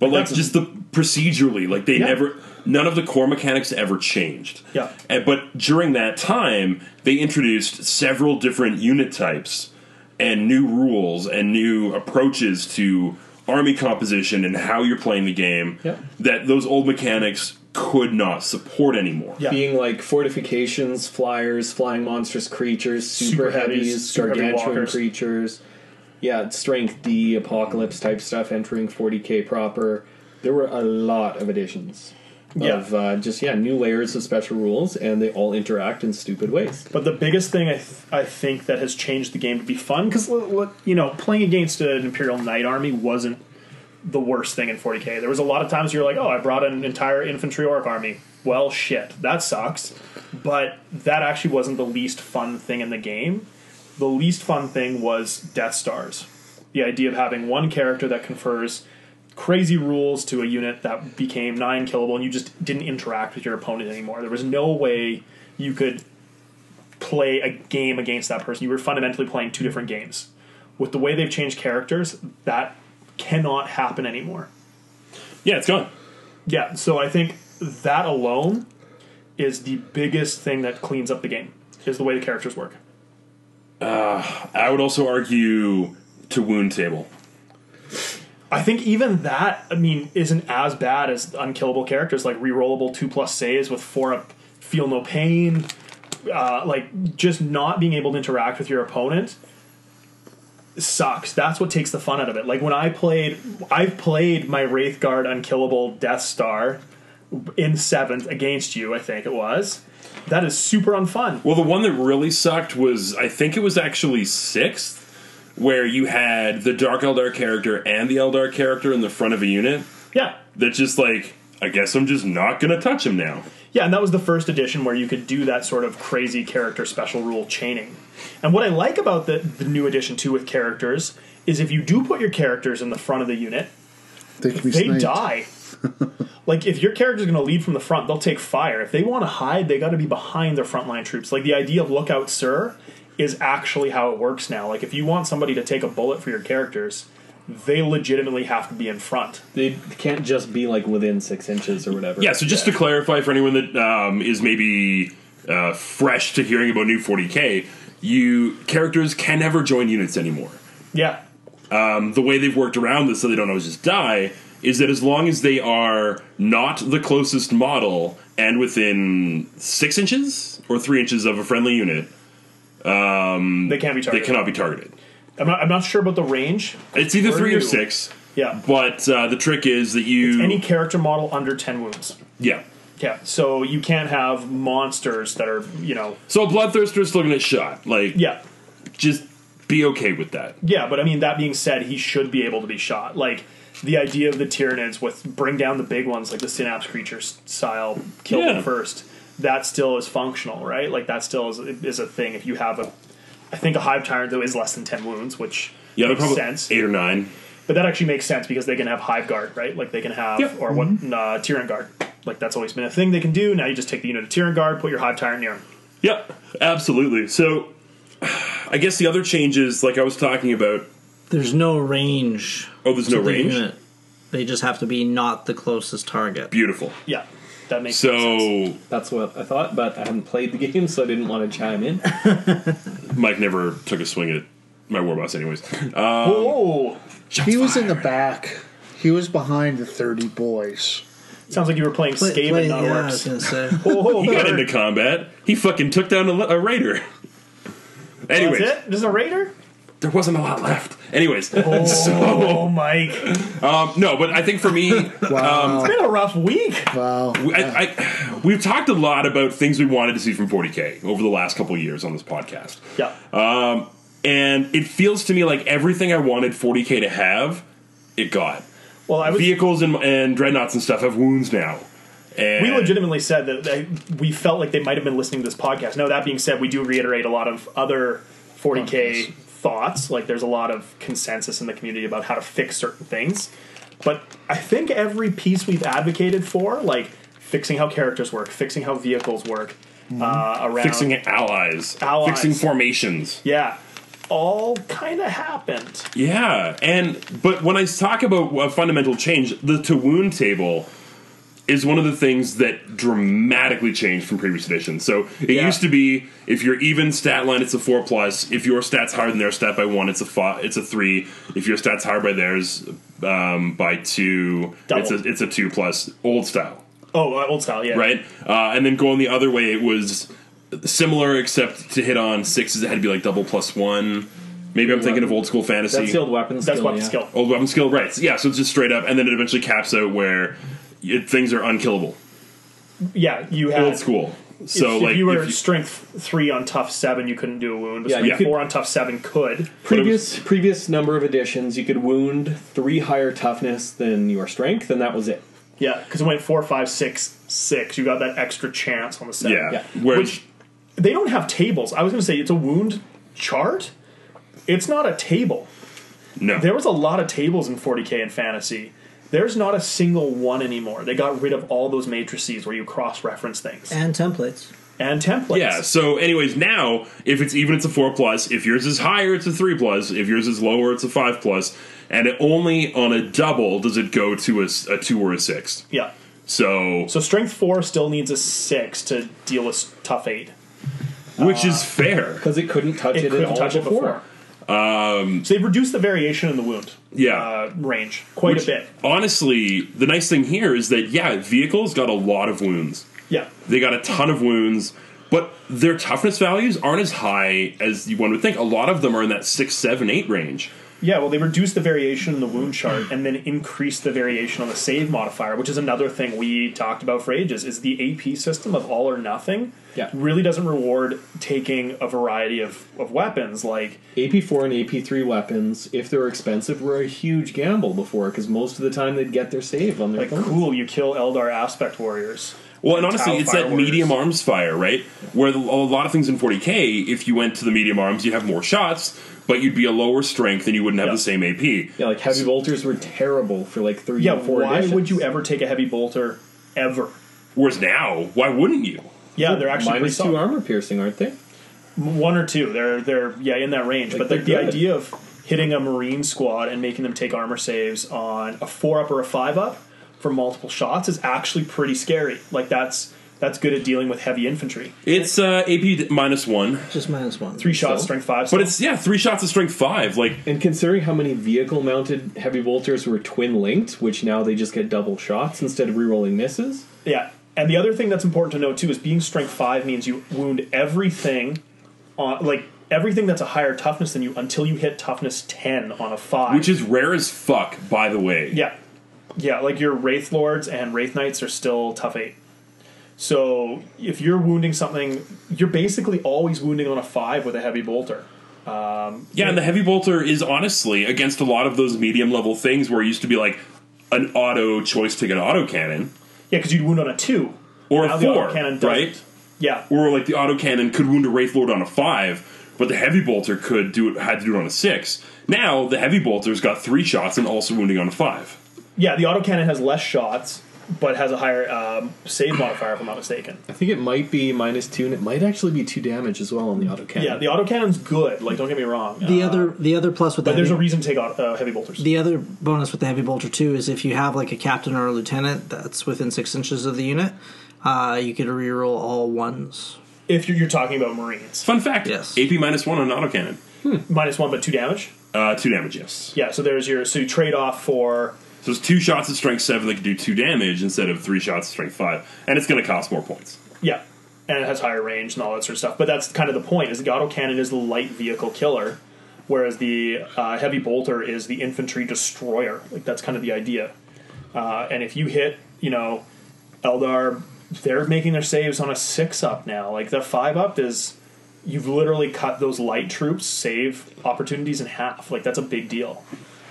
But like That's- just the procedurally, like they Yeah. never, none of the core mechanics ever changed. Yeah. And, but during that time, they introduced several different unit types and new rules and new approaches to army composition and how you're playing the game Yeah. that those old mechanics could not support anymore. Yeah. being like fortifications, flyers, flying monstrous creatures, super, Super heavies, heavies, super heavy gargantuan walkers. creatures. Yeah, strength D, apocalypse type stuff entering 40k proper. There were a lot of additions Yeah. of uh, just yeah new layers of special rules, and they all interact in stupid ways. But the biggest thing I, th- I think that has changed the game to be fun because you know playing against an Imperial Knight army wasn't the worst thing in 40k. There was a lot of times you're like, oh, I brought an entire infantry orc army. Well, shit, that sucks. But that actually wasn't the least fun thing in the game. The least fun thing was Death Stars. The idea of having one character that confers crazy rules to a unit that became nine killable, and you just didn't interact with your opponent anymore. There was no way you could play a game against that person. You were fundamentally playing two different games. With the way they've changed characters, that cannot happen anymore. Yeah, it's gone. Yeah, so I think that alone is the biggest thing that cleans up the game is the way the characters work. I would also argue to wound table. I think even that, I mean, isn't as bad as unkillable characters like rerollable two plus saves with four up, feel no pain, uh, like just not being able to interact with your opponent sucks. That's what takes the fun out of it. Like when I played, I've played my Wraith Guard unkillable Death Star in seventh against you. I think it was. That is super unfun. Well, the one that really sucked was I think it was actually sixth, where you had the Dark Eldar character and the Eldar character in the front of a unit Yeah, that just like I guess I'm just not gonna touch him now. Yeah, and that was the first edition where you could do that sort of crazy character special rule chaining. And what I like about the, the new edition too with characters is if you do put your characters in the front of the unit, They can be they sniped. die. like if your character's going to lead from the front, they'll take fire. If they want to hide, they got to be behind their frontline troops. Like the idea of lookout sir is actually how it works now. Like if you want somebody to take a bullet for your characters, they legitimately have to be in front. They can't just be like within six inches or whatever. Yeah. So just to clarify for anyone that um, is maybe uh, fresh to hearing about new 40k, you characters can never join units anymore. Yeah. the way they've worked around this so they don't always just die is that as long as they are not the closest model and within six inches or three inches of a friendly unit, They can't be they targeted. cannot be targeted. I'm not, I'm not sure about the range. It's either Or three or you. six, Yeah. but uh, the trick is that you. any character model under 10 wounds. yeah. Yeah, so you can't have monsters that are, you know. So a bloodthirster's still gonna get shot. Like, Yeah, just be okay with that. yeah, but I mean, that being said, he should be able to be shot. Like, the idea of the Tyranids with bring down the big ones, like the Synapse creature s- style, kill Yeah. them first, that still is functional, right? Like, that still is, is a thing if you have a. I think a Hive Tyrant, though, is less than 10 wounds, which Yeah, they're makes probably sense. eight or nine. But that actually makes sense because they can have Hive Guard, right? Like they can have, Yep. or what, uh, Tyrant Guard. Like that's always been a thing they can do. Now you just take the unit of Tyrant Guard, put your Hive Tyrant near 'em. Yep, absolutely. So, I guess the other changes, like I was talking about, There's no range. Oh, there's no to the range? unit. They just have to be not the closest target. Beautiful. Yeah, that makes sense. So That's what I thought, but I haven't played the game, so I didn't want to chime in. Mike never took a swing at my war boss, anyways. Oh, he was in the back. He was behind the 30 boys. sounds like you were playing Play- Skaven, play- not yeah, I was Orcs. gonna say. Oh, He got bird. into combat. He fucking took down a, le- a raider. that's Anyways, it. There's a raider. there wasn't a lot left. Anyways, Oh, Mike, it's um, no, but I think for me, Wow. been a rough week. wow. We- I, I, we've talked a lot about things we wanted to see from 40K over the last couple of years on this podcast. Yeah, And it feels to me like everything I wanted 40K to have, it got. well, I was. Vehicles and, and dreadnoughts and stuff have wounds now. And We legitimately said that, that we felt like they might have been listening to this podcast. Now, that being said, we do reiterate a lot of other Oh, 40K thoughts. Like, there's a lot of consensus in the community about how to fix certain things. But I think every piece we've advocated for, like fixing how characters work, fixing how vehicles work, uh, around Mm-hmm. fixing allies, Allies. fixing formations. yeah, all kind of happened. Yeah, and but when I talk about a fundamental change, the to wound table is one of the things that dramatically changed from previous editions. So it Yeah. used to be if your even stat line, it's a four plus. If your stat's higher than their stat by one, it's a five, it's a three. If your stat's higher by theirs um, by two, it's a Double. it's a two plus. Old style Oh, uh, old style, yeah. right? Uh, and then going the other way, it was similar, except to hit on sixes, it had to be like double plus one. Maybe I'm thinking of old school fantasy. That's the old weapon skill. That's what yeah. skill. old weapon skill, right? Yeah, so it's just straight up, and then it eventually caps out where it, things are unkillable. Yeah, you had Old school. So if, like if you were if strength three on tough seven, you couldn't do a wound. But Yeah, strength you could- four on tough seven could. Previous previous number of editions, you could wound three higher toughness than your strength, and that was it. Yeah, because it went four, five, six, six. You got that extra chance on the seven. yeah, yeah. where Which- They don't have tables. I was going to say it's a wound chart. It's not a table. no, There was a lot of tables in 40k and fantasy. There's not a single one anymore. They got rid of all those matrices where you cross reference things and templates. and templates. yeah. So anyways, now if it's even, it's a four plus. If yours is higher, it's a three plus. If yours is lower, it's a five plus. And it only on a double does it go to a, s- a two or a six. Yeah. So So strength four still needs a six to deal with tough eight. which uh, is fair. Because it couldn't touch It it, at couldn't all touch it before. before. Um, so they've reduced the variation in the wound Yeah. uh, range quite a bit. Honestly, the nice thing here is that yeah, vehicles got a lot of wounds. Yeah. They got a ton of wounds, but their toughness values aren't as high as you one would think. A lot of them are in that six, seven, eight range. Yeah, well, they reduced the variation in the wound chart and then increased the variation on the save modifier, which is another thing we talked about for ages. Is the AP system of all or nothing Yeah. really doesn't reward taking a variety of, of weapons. Like, AP4 and AP3 weapons, if they're expensive, were a huge gamble before, because most of the time they'd get their save on their like phone. cool, you kill Eldar aspect warriors. Well, and honestly, Tau it's that fireworks. medium arms fire, right? Where the- a lot of things in 40k, if you went to the medium arms, you'd have more shots, but you'd be a lower strength and you wouldn't have Yeah. the same AP. Yeah, like heavy bolters were terrible for like three Yeah, or four why editions. would you ever take a heavy bolter ever? Whereas now, why wouldn't you? Yeah, they're actually pretty Minus solid. two armor piercing, aren't they? one or two. They're they're yeah in that range. but the, they're the good. idea of hitting a marine squad and making them take armor saves on a four up or a five up for multiple shots is actually pretty scary. Like that's that's good at dealing with heavy infantry. It's uh, AP minus one, Just minus one. Three shots, So- strength five. but so- it's yeah, three shots of strength five. Like And considering how many vehicle mounted heavy bolters were twin linked, which now they just get double shots instead of rerolling misses. yeah. And the other thing that's important to know too is being strength five means you wound everything on like everything that's a higher toughness than you until you hit toughness ten on a five, which is rare as fuck, by the way. Yeah. Yeah, like your Wraith Lords and Wraith Knights are still tough eight. So if you're wounding something, you're basically always wounding on a five with a heavy bolter. Yeah, and the heavy bolter is honestly against a lot of those medium level things where it used to be like an auto choice ticket auto cannon Yeah, because you'd wound on a two. or Now a the four, autocannon doesn't. right? Yeah. Or like the auto cannon could wound a wraith lord on a five, but the heavy bolter could do it had to do it on a six. Now the heavy bolter's got three shots and also wounding on a five. Yeah, the autocannon has less shots, but has a higher um, save modifier, if I'm not mistaken. I think it might be minus two, and it might actually be two damage as well on the auto cannon. Yeah, the autocannon's good. Like, don't get me wrong. The Uh, other the other plus with but that there's a reason to take out uh, heavy bolters. the other bonus with the heavy bolter too is if you have like a captain or a lieutenant that's within six inches of the unit, uh, you get to reroll all ones. if you're, you're talking about marines, Fun fact: Yes. AP minus one on autocannon. minus one but two damage. Uh, two damage, yes. Yeah, so there's your so you trade off for So it's two shots at strength seven that can do two damage instead of three shots at strength five, and it's going to cost more points. yeah, and it has higher range and all that sort of stuff. But that's kind of the point: is the auto cannon is the light vehicle killer, whereas the uh, heavy bolter is the infantry destroyer. Like that's kind of the idea. Uh, and if you hit, you know, Eldar, they're making their saves on a six up now. Like the five up is. You've literally cut those light troops save opportunities in half. Like that's a big deal.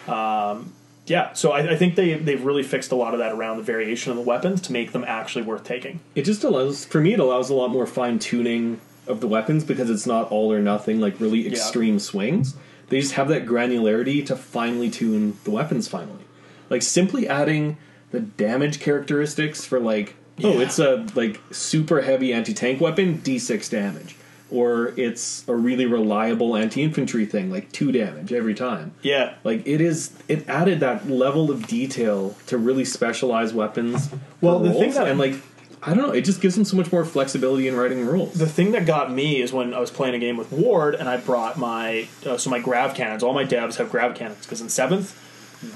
Um, Yeah, so I, I think they they've really fixed a lot of that around the variation of the weapons to make them actually worth taking. It just allows, for me, it allows a lot more fine tuning of the weapons because it's not all or nothing, like really extreme swings. They just have that granularity to finely tune the weapons finally. Like simply adding the damage characteristics for like, oh, it's a like super heavy anti tank weapon, d6 damage. Or it's a really reliable anti infantry thing, like two damage every time. Yeah, Like it is, it added that level of detail to really specialize weapons. for Well, the roles, thing that- and like I don't know, it just gives them so much more flexibility in writing rules. the thing that got me is when I was playing a game with Ward and I brought my uh, so my grav cannons. All my devs have grav cannons because in seventh,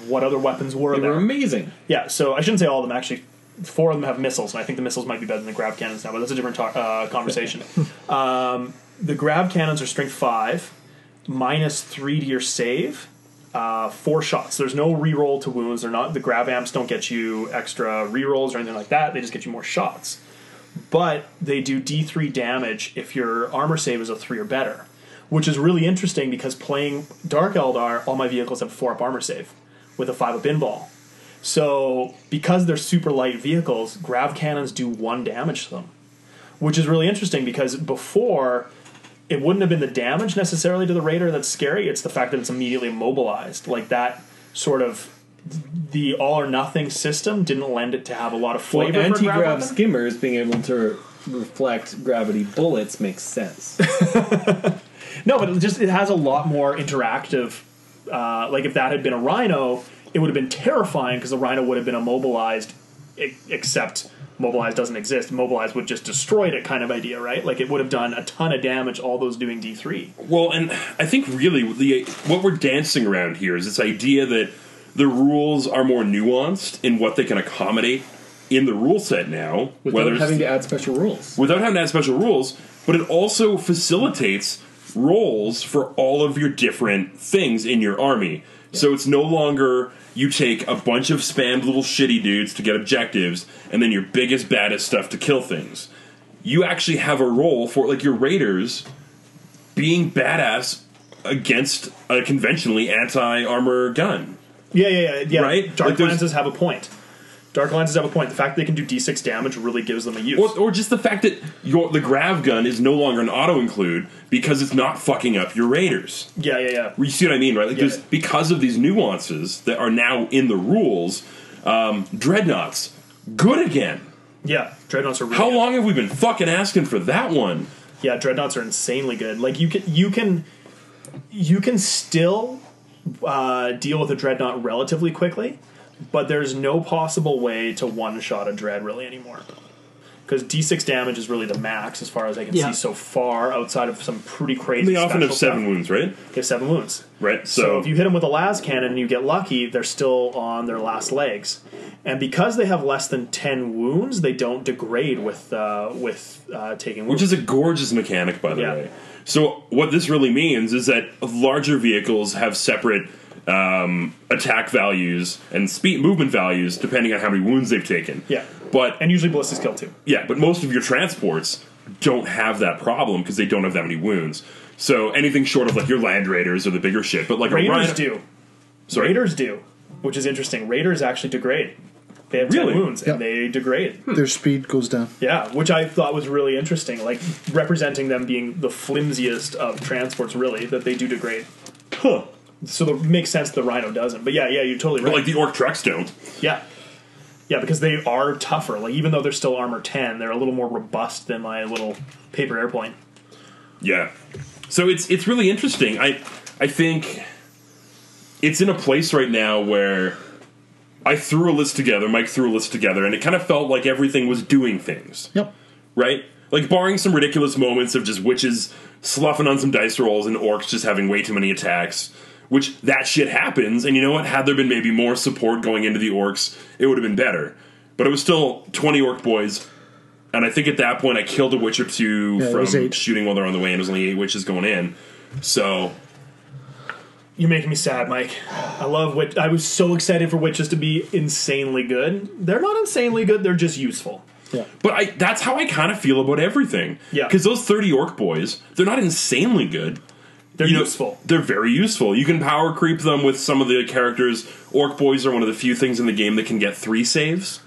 what other weapons were they there? were amazing. Yeah, so I shouldn't say all of them actually. Four of them have missiles, and I think the missiles might be better than the grav cannons now, but that's a different talk, uh, conversation. um, the grav cannons are strength five, minus three to your save, uh, four shots. There's no reroll to wounds. They're not the grav amps don't get you extra rerolls or anything like that. They just get you more shots, but they do D3 damage if your armor save is a three or better, which is really interesting because playing Dark Eldar, all my vehicles have four up armor save with a five up in ball. So because they're super light vehicles, grav cannons do one damage to them, which is really interesting because before it wouldn't have been the damage necessarily to the raider that's scary. It's the fact that it's immediately immobilized, like that sort of the all or nothing system didn't lend it to have a lot of Well, flavor. for a grav anti-grav weapon. skimmers being able to reflect gravity bullets makes sense. No, but it just it has a lot more interactive. Uh, like if that had been a rhino, it would have been terrifying because the rhino would have been immobilized, e- except mobilized doesn't exist. Mobilized would just destroyed it, kind of idea, right? Like it would have done a ton of damage. All those doing D three. Well, and I think really the what we're dancing around here is this idea that the rules are more nuanced in what they can accommodate in the rule set now, Without it's- having to add special rules. without having to add special rules, but it also facilitates roles for all of your different things in your army. So it's no longer you take a bunch of spammed little shitty dudes to get objectives and then your biggest, baddest stuff to kill things. You actually have a role for, like, your raiders being badass against a conventionally anti armor gun. Yeah, yeah, yeah, yeah. Right? Dark Like, there's- lances have a point. Dark lances have a point. The fact that they can do D six damage really gives them a use. Or, or just the fact that your, the grav gun is no longer an auto include because it's not fucking up your raiders. yeah, yeah, yeah. You see what I mean, right? Like Yeah. there's because of these nuances that are now in the rules. Um, dreadnoughts, good again. Yeah, dreadnoughts are really How good. long have we been fucking asking for that one? Yeah, dreadnoughts are insanely good. Like you can you can you can still uh, deal with a dreadnought relatively quickly, but there's no possible way to one shot a dread really anymore. Because D6 damage is really the max as far as I can Yeah. see so far, outside of some pretty crazy. They often special have seven stuff. wounds, right? They have seven wounds. Right. So, So, if you hit them with a las cannon and you get lucky, they're still on their last legs, and because they have less than ten wounds, they don't degrade with uh, with uh, taking wounds. which is a gorgeous mechanic, by the Yeah. way. So what this really means is that larger vehicles have separate um, attack values and speed movement values depending on how many wounds they've taken. Yeah. But and usually ballistics kill too. Yeah, but most of your transports don't have that problem because they don't have that many wounds. So anything short of like your land raiders or the bigger shit, but like a Raiders rhino, do. sorry, Raiders do, which is interesting. Raiders actually degrade. They have Really? ten wounds Yep. and they degrade. Their speed goes down. Yeah, which I thought was really interesting. Like representing them being the flimsiest of transports, really that they do degrade. Huh. So it makes sense the rhino doesn't. But yeah, yeah, you're totally but right. like the orc trucks don't. yeah. Yeah, because they are tougher. Like even though they're still armor ten, they're a little more robust than my little paper airplane. Yeah. So it's it's really interesting. I I think it's in a place right now where I threw a list together, Mike threw a list together, and it kind of felt like everything was doing things, Yep. right? Like barring some ridiculous moments of just witches sloughing on some dice rolls and orcs just having way too many attacks, which that shit happens, and you know what? Had there been maybe more support going into the orcs, it would have been better. But it was still 20 orc boys, and I think at that point I killed a witch or two Yeah, it was from eight. shooting while they're on the way, and it was only eight witches going in. So You're making me sad, Mike. I love witch. I was so excited for witches to be insanely good. They're not insanely good. They're just useful. But I, that's how I kind of feel about everything. Yeah. Because those 30 orc boys, they're not insanely good. They're You know, useful. they're very useful. You can power creep them with some of the characters. Orc boys are one of the few things in the game that can get three saves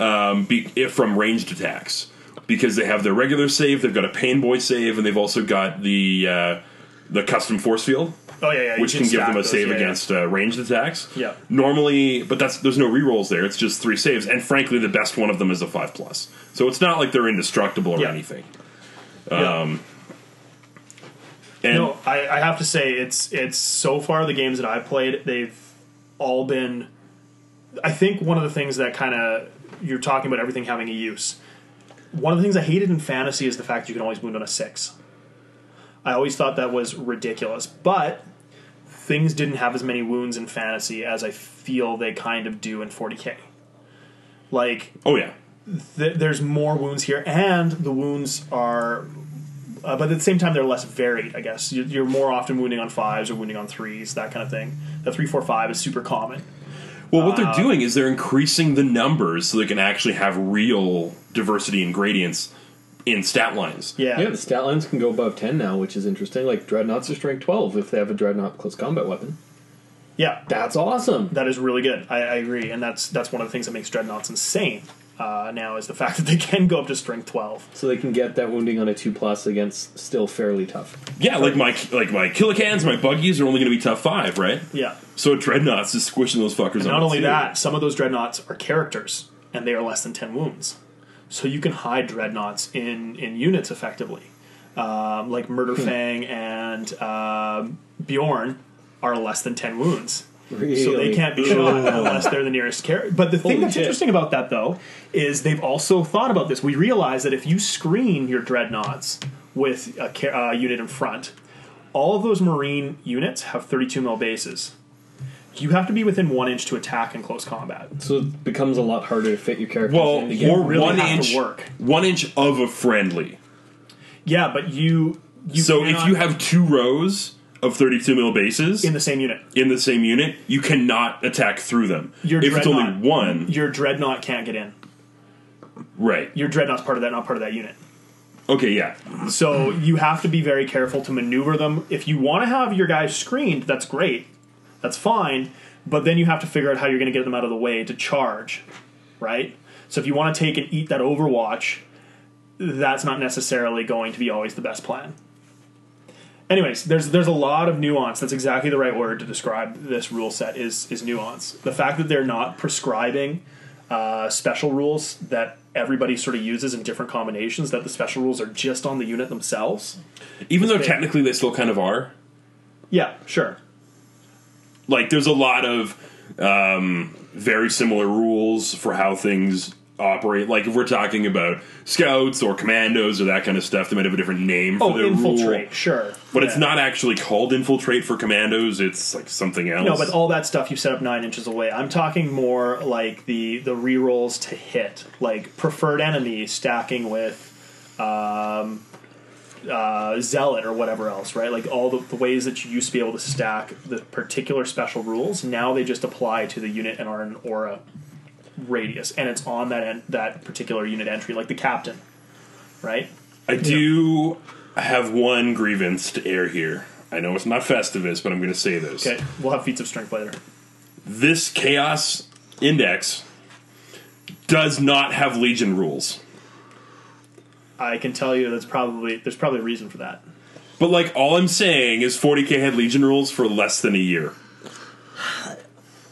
um, be, if from ranged attacks. Because they have their regular save, they've got a pain boy save, and they've also got the uh, the custom force field oh yeah, yeah. you which can give stack them a those, save yeah, yeah. against Uh, ranged attacks. Yeah. Normally, but that's there's no rerolls there. It's just three saves, and frankly, the best one of them is a five plus. So it's not like they're indestructible or Yeah. anything. um, Yeah. And no, I, I have to say it's it's so far the games that I've played, they've all been. I think one of the things that kind of you're talking about everything having a use. One of the things I hated in fantasy is the fact you can always wound on a six. I always thought that was ridiculous, but things didn't have as many wounds in fantasy as I feel they kind of do in 40k. Like oh yeah, th- there's more wounds here, and the wounds are, uh, but at the same time, they're less varied. I guess you're, you're more often wounding on fives or wounding on threes, that kind of thing. The three, four, five is super common. Well, what Um, they're doing is they're increasing the numbers so they can actually have real diversity and gradients in stat lines. Yeah, Yeah, the stat lines can go above 10 now, which is interesting. Like, Dreadnoughts are strength 12 if they have a Dreadnought close combat weapon. yeah, That's awesome. that is really good. I, I agree, and that's that's one of the things that makes dreadnoughts insane. Uh, now is the fact that they can go up to strength twelve. So they can get that wounding on a 2 plus against still fairly tough. Yeah, like my like my killicans, my buggies are only going to be tough five, right? Yeah. So dreadnoughts is squishing those fuckers. Not on only too. that, some of those dreadnoughts are characters, and they are less than ten wounds. So you can hide dreadnoughts in in units effectively, um, like Murderfang Hmm. and um Bjorn are less than ten wounds. Really? So they can't be shot unless they're the nearest character. But the thing Holy that's shit. interesting about that, though, is they've also thought about this. We realize that if you screen your dreadnoughts with a ca- uh, unit in front, all of those marine units have 32 mil bases. You have to be within one inch to attack in close combat. So it becomes a lot harder to fit your character. Well, or really one have to inch, work. one inch of a friendly. Yeah, but you, you so if cannot- you have two rows of 32 mil bases in in the, the same unit, same unit, you cannot attack through them. Your if it's only dreadnought. one, your dreadnought can't get in. right? Your dreadnought's part of that, not part of that unit. Okay, yeah, So you have to be very careful to maneuver them. If you want to have your guys screened, that's great. That's fine. But then you have to figure out how you're going to get them out of the way to charge, right? So if you want to take and eat that Overwatch, that's not necessarily going to be always the best plan. Anyways, there's there's a lot of nuance. That's exactly the right word to describe this rule set is is nuance. The fact that they're not prescribing uh, special rules that everybody sort of uses in different combinations that the special rules are just on the unit themselves even though big. technically they still kind of are. yeah sure Like, there's a lot of um, very similar rules for how things operate. Like, if we're talking about scouts or commandos or that kind of stuff, they might have a different name for oh their infiltrate rule. sure But it's Yeah. not actually called infiltrate for commandos. It's like something else. no but all that stuff you set up nine inches away i'm talking more like the the rerolls to hit like preferred enemy stacking with um uh, zealot or whatever else right like all the, the ways that you used to be able to stack the particular special rules now they just apply to the unit and are an aura radius and it's on that en- that particular unit entry like the captain right I do have one grievance to air here. I know it's not Festivus, but I'm going to say this. okay we'll have feats of strength later This Chaos Index does not have Legion rules. i can tell you that's probably there's probably a reason for that But, like, all I'm saying is 40k had Legion rules for less than a year.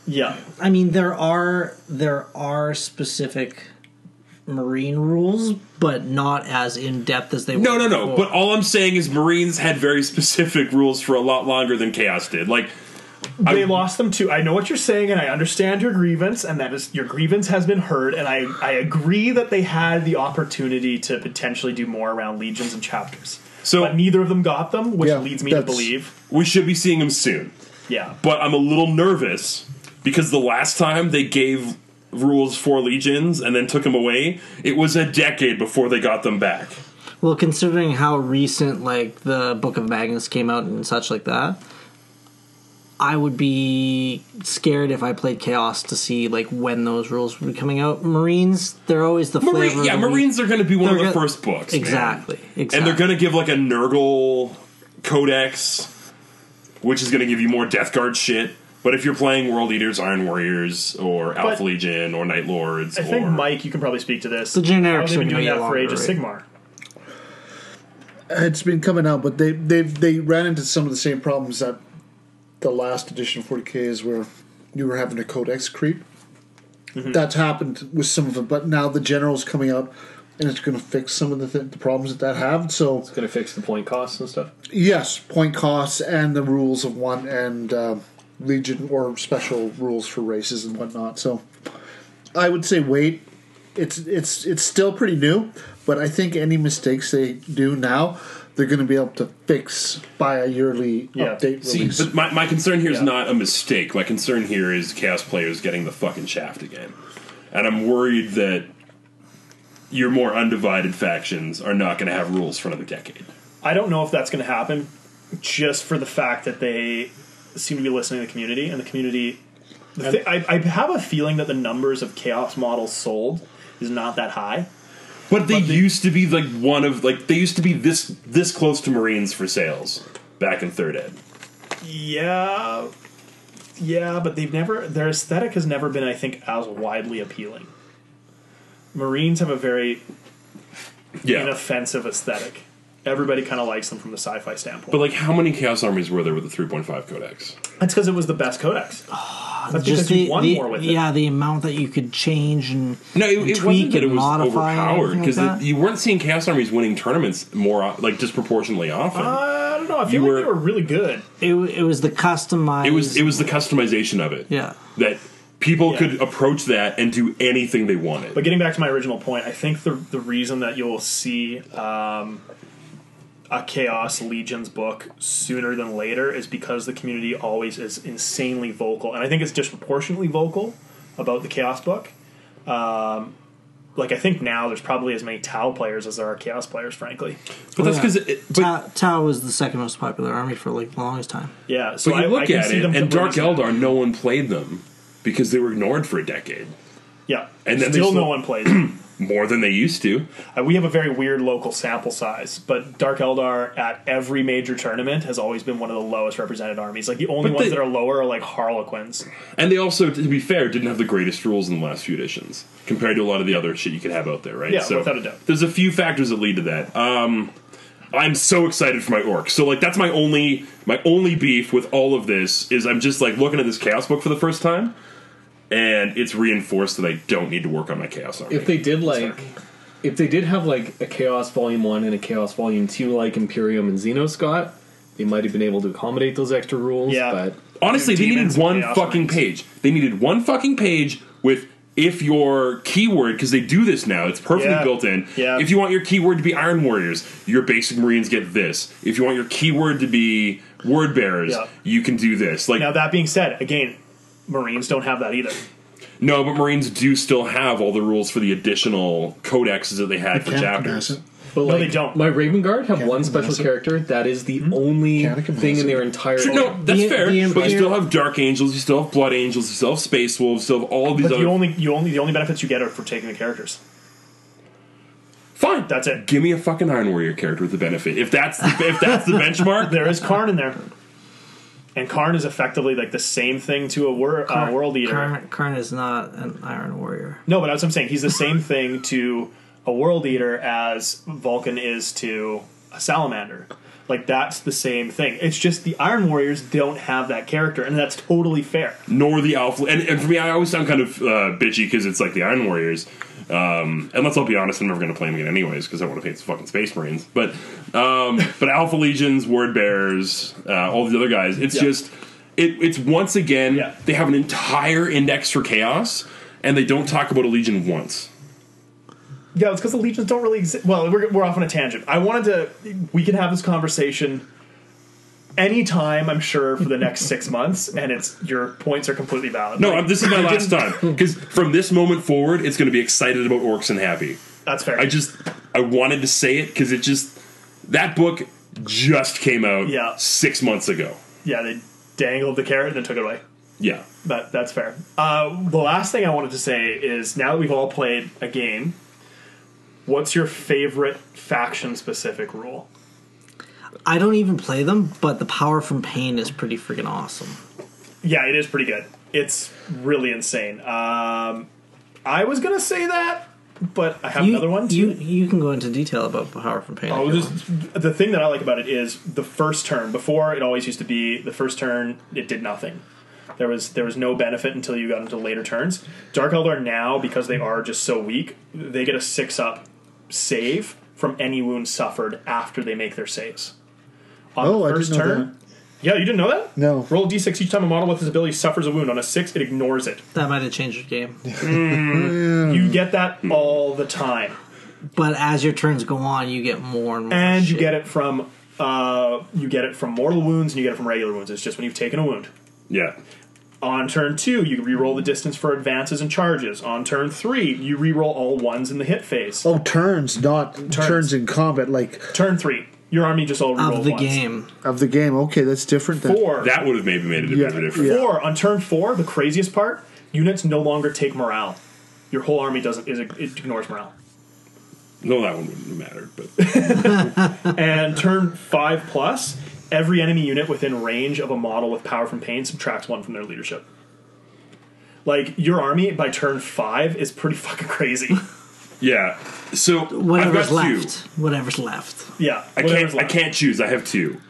Yeah. I mean, there are there are specific marine rules, but not as in depth as they No, no, were. no. before. But all I'm saying is Marines had very specific rules for a lot longer than Chaos did. Like, They I- lost them too. I know what you're saying, and I understand your grievance, and that is your grievance has been heard. And I, I agree that they had the opportunity to potentially do more around legions and chapters. So- but neither of them got them, which Yeah, leads me to that's- believe, we should be seeing them soon. yeah, But I'm a little nervous because the last time they gave rules for legions and then took them away, it was a decade before they got them back. well, considering how recent like the Book of Magnus came out and such like that, I would be scared if I played Chaos to see like when those rules would be coming out. Marines, they're always the flavor. Marine, of yeah, the week. Marines are going to be one of They're the gonna- first books. man. Exactly. Exactly. And they're going to give like a Nurgle Codex, which is going to give you more Death Guard shit. But if you're playing World Eaters, Iron Warriors, or Alpha But- Legion, or Night Lords, I or think Mike, you can probably speak to this. The generics How have they are been gonna doing be that for longer, Age of right? Sigmar. It's been coming out, but they they they ran into some of the same problems that the last edition 40k is where you were having a codex creep. That's happened with some of them, but now the general's coming out, and it's going to fix some of the th- the problems that that have. So It's gonna fix the point costs and stuff. yes, point costs and the rules of one and uh, legion or special rules for races and whatnot. So I would say wait. It's it's it's still pretty new, but I think any mistakes they do now, they're going to be able to fix by a yearly Yeah. update See, release. but my, my concern here is Yeah. not a mistake. My concern here is Chaos players getting the fucking shaft again. And I'm worried that your more undivided factions are not going to have rules for another decade. I don't know if that's going to happen, just for the fact that they seem to be listening to the community, and the community. The thi- I, I have a feeling that the numbers of chaos models sold is not that high. But they, used to be like one of like they used to be this this close to Marines for sales back in third ed. Yeah, yeah, but they've never their aesthetic has never been, I think, as widely appealing. Marines have a very Yeah. inoffensive aesthetic. Everybody kind of likes them from the sci-fi standpoint. But like how many Chaos armies were there with the 3.5 codex? That's because it was the best codex. That's Ah, just because you the, won the- more with it. yeah the amount that you could change and No, it, it wasn't tweak that it and was modify and overpowered everything because like that? you weren't seeing Chaos armies winning tournaments more o- like disproportionately often. Oh. I don't know. I feel You like were- they were really good. it, it was the customized it was it was the customization of it. yeah that people Yeah. could approach that and do anything they wanted. But getting back to my original point, I think the the reason that you'll see um, a Chaos Legions book sooner than later is because the community always is insanely vocal, and I think it's disproportionately vocal about the Chaos book. Um, like I think now there's probably as many Tau players as there are Chaos players, frankly. but that's yeah. because it. But, Tau, Tau was the second most popular army for like the longest time. Yeah, so but I, you I look can at see it, them and Dark converting to- Eldar, no one played them because they were ignored for a decade, Yeah, and then they still no still- one plays. it. more than they used to. Uh, we have a very weird local sample size, but Dark Eldar at every major tournament has always been one of the lowest represented armies. Like the only But ones they- that are lower are like Harlequins. And they also, to be fair, didn't have the greatest rules in the last few editions compared to a lot of the other shit you could have out there, right? Yeah, without a doubt. There's a few factors that lead to that. Um, I'm so excited for my orc. So like, that's my only my only beef with all of this is I'm just like looking at this chaos book for the first time, and it's reinforced that I don't need to work on my chaos army. If they did like, if they did have like a Chaos Volume One and a Chaos Volume Two, like Imperium and Xenoscot, they might have been able to accommodate those extra rules. Yeah. but Honestly, they needed Demons and one Chaos fucking Marines. page. They needed one fucking page with if your keyword, because they do this now, it's perfectly Yeah. built in. Yeah. If you want your keyword to be Iron Warriors, your basic Marines get this. If you want your keyword to be Word Bearers, Yeah. you can do this. Like, Now that being said, again, Marines don't have that either. no, but Marines do still have all the rules for the additional codexes that they had for Captain chapters. Bassett. but No, like, they don't. My Raven Guard have one Canicum special has it. character that is the Hmm? only Canicum thing has in it. their entire. Sure, no, that's The- fair. the but you Imperial- still have Dark Angels, you still have Blood Angels, you still have Space Wolves, you still have all of these But other. you only you only the only benefits you get are for taking the characters. Fine, That's it. Give me a fucking Iron Warrior character with a benefit. If that's the, if that's the benchmark, There is Karn in there, and Karn is effectively like the same thing to a wor- uh, world eater. Karn, Karn is not an Iron Warrior. No, but that's what I'm saying. He's the same thing to a world eater as Vulcan is to a salamander. Like that's the same thing. It's just the Iron Warriors don't have that character, and that's totally fair. nor the Alpha. And, and for me, I always sound kind of uh, bitchy because it's like the Iron Warriors. Um, and let's all be honest, I'm never going to play them again anyways because I want to play the fucking Space Marines. But um, but Alpha Legions, Word Bearers, uh, all the other guys. It's Yeah. just it, it's once again Yeah. they have an entire index for chaos, and they don't talk about a legion once. Yeah, it's because the legions don't really exist. Well, we're, we're off on a tangent. I wanted to. We can have this conversation anytime, I'm sure, for the next six months, and it's your points are completely valid. No, Like, I'm, this is my last time because from this moment forward, it's going to be excited about orcs and happy. that's fair. I just I wanted to say it because it just that book just came out Yeah. six months ago. yeah, they dangled the carrot and then took it away. Yeah. But that's fair. Uh, the last thing I wanted to say is now that we've all played a game, what's your favorite faction specific rule? I don't even play them, but the power from pain is pretty freaking awesome. Yeah, it is pretty good. It's really insane. Um, I was gonna say that, but I have You, another one. Too. You you can go into detail about power from pain. if Oh, you just want. the thing that I like about it is the first turn. Before it always used to be the first turn it did nothing. There was there was no benefit until you got into later turns. Dark Eldar now because they are just so weak, they get a six up save from any wound suffered after they make their saves. On Oh, I the first didn't know turn. Yeah, you didn't know that? No. Roll a d6 each time a model with this ability suffers a wound. On a six, it ignores it. that might have changed the game. Hmm. You get that all the time. But as your turns go on, you get more and more. and you shit. get it from uh, you get it from mortal wounds and you get it from regular wounds. It's just when you've taken a wound. Yeah. On turn two, you re-roll the distance for advances and charges. On turn three, you re-roll all ones in the hit phase. Oh, turns, not turns, in combat, like Turn three, your army just all re-roll of the ones. game. of the game. Okay, that's different. Than, Four, That would have maybe made it a bit of a Yeah. difference. four. On turn four, the craziest part: units no longer take morale. Your whole army doesn't is it ignores morale. No, that one wouldn't have mattered, but and turn five plus, every enemy unit within range of a model with power from pain subtracts one from their leadership. Like your army by turn five is pretty fucking crazy. yeah. So I've Whatever's got left. two. Whatever's left. Yeah, I whatever's can't I left. can't choose. I have two.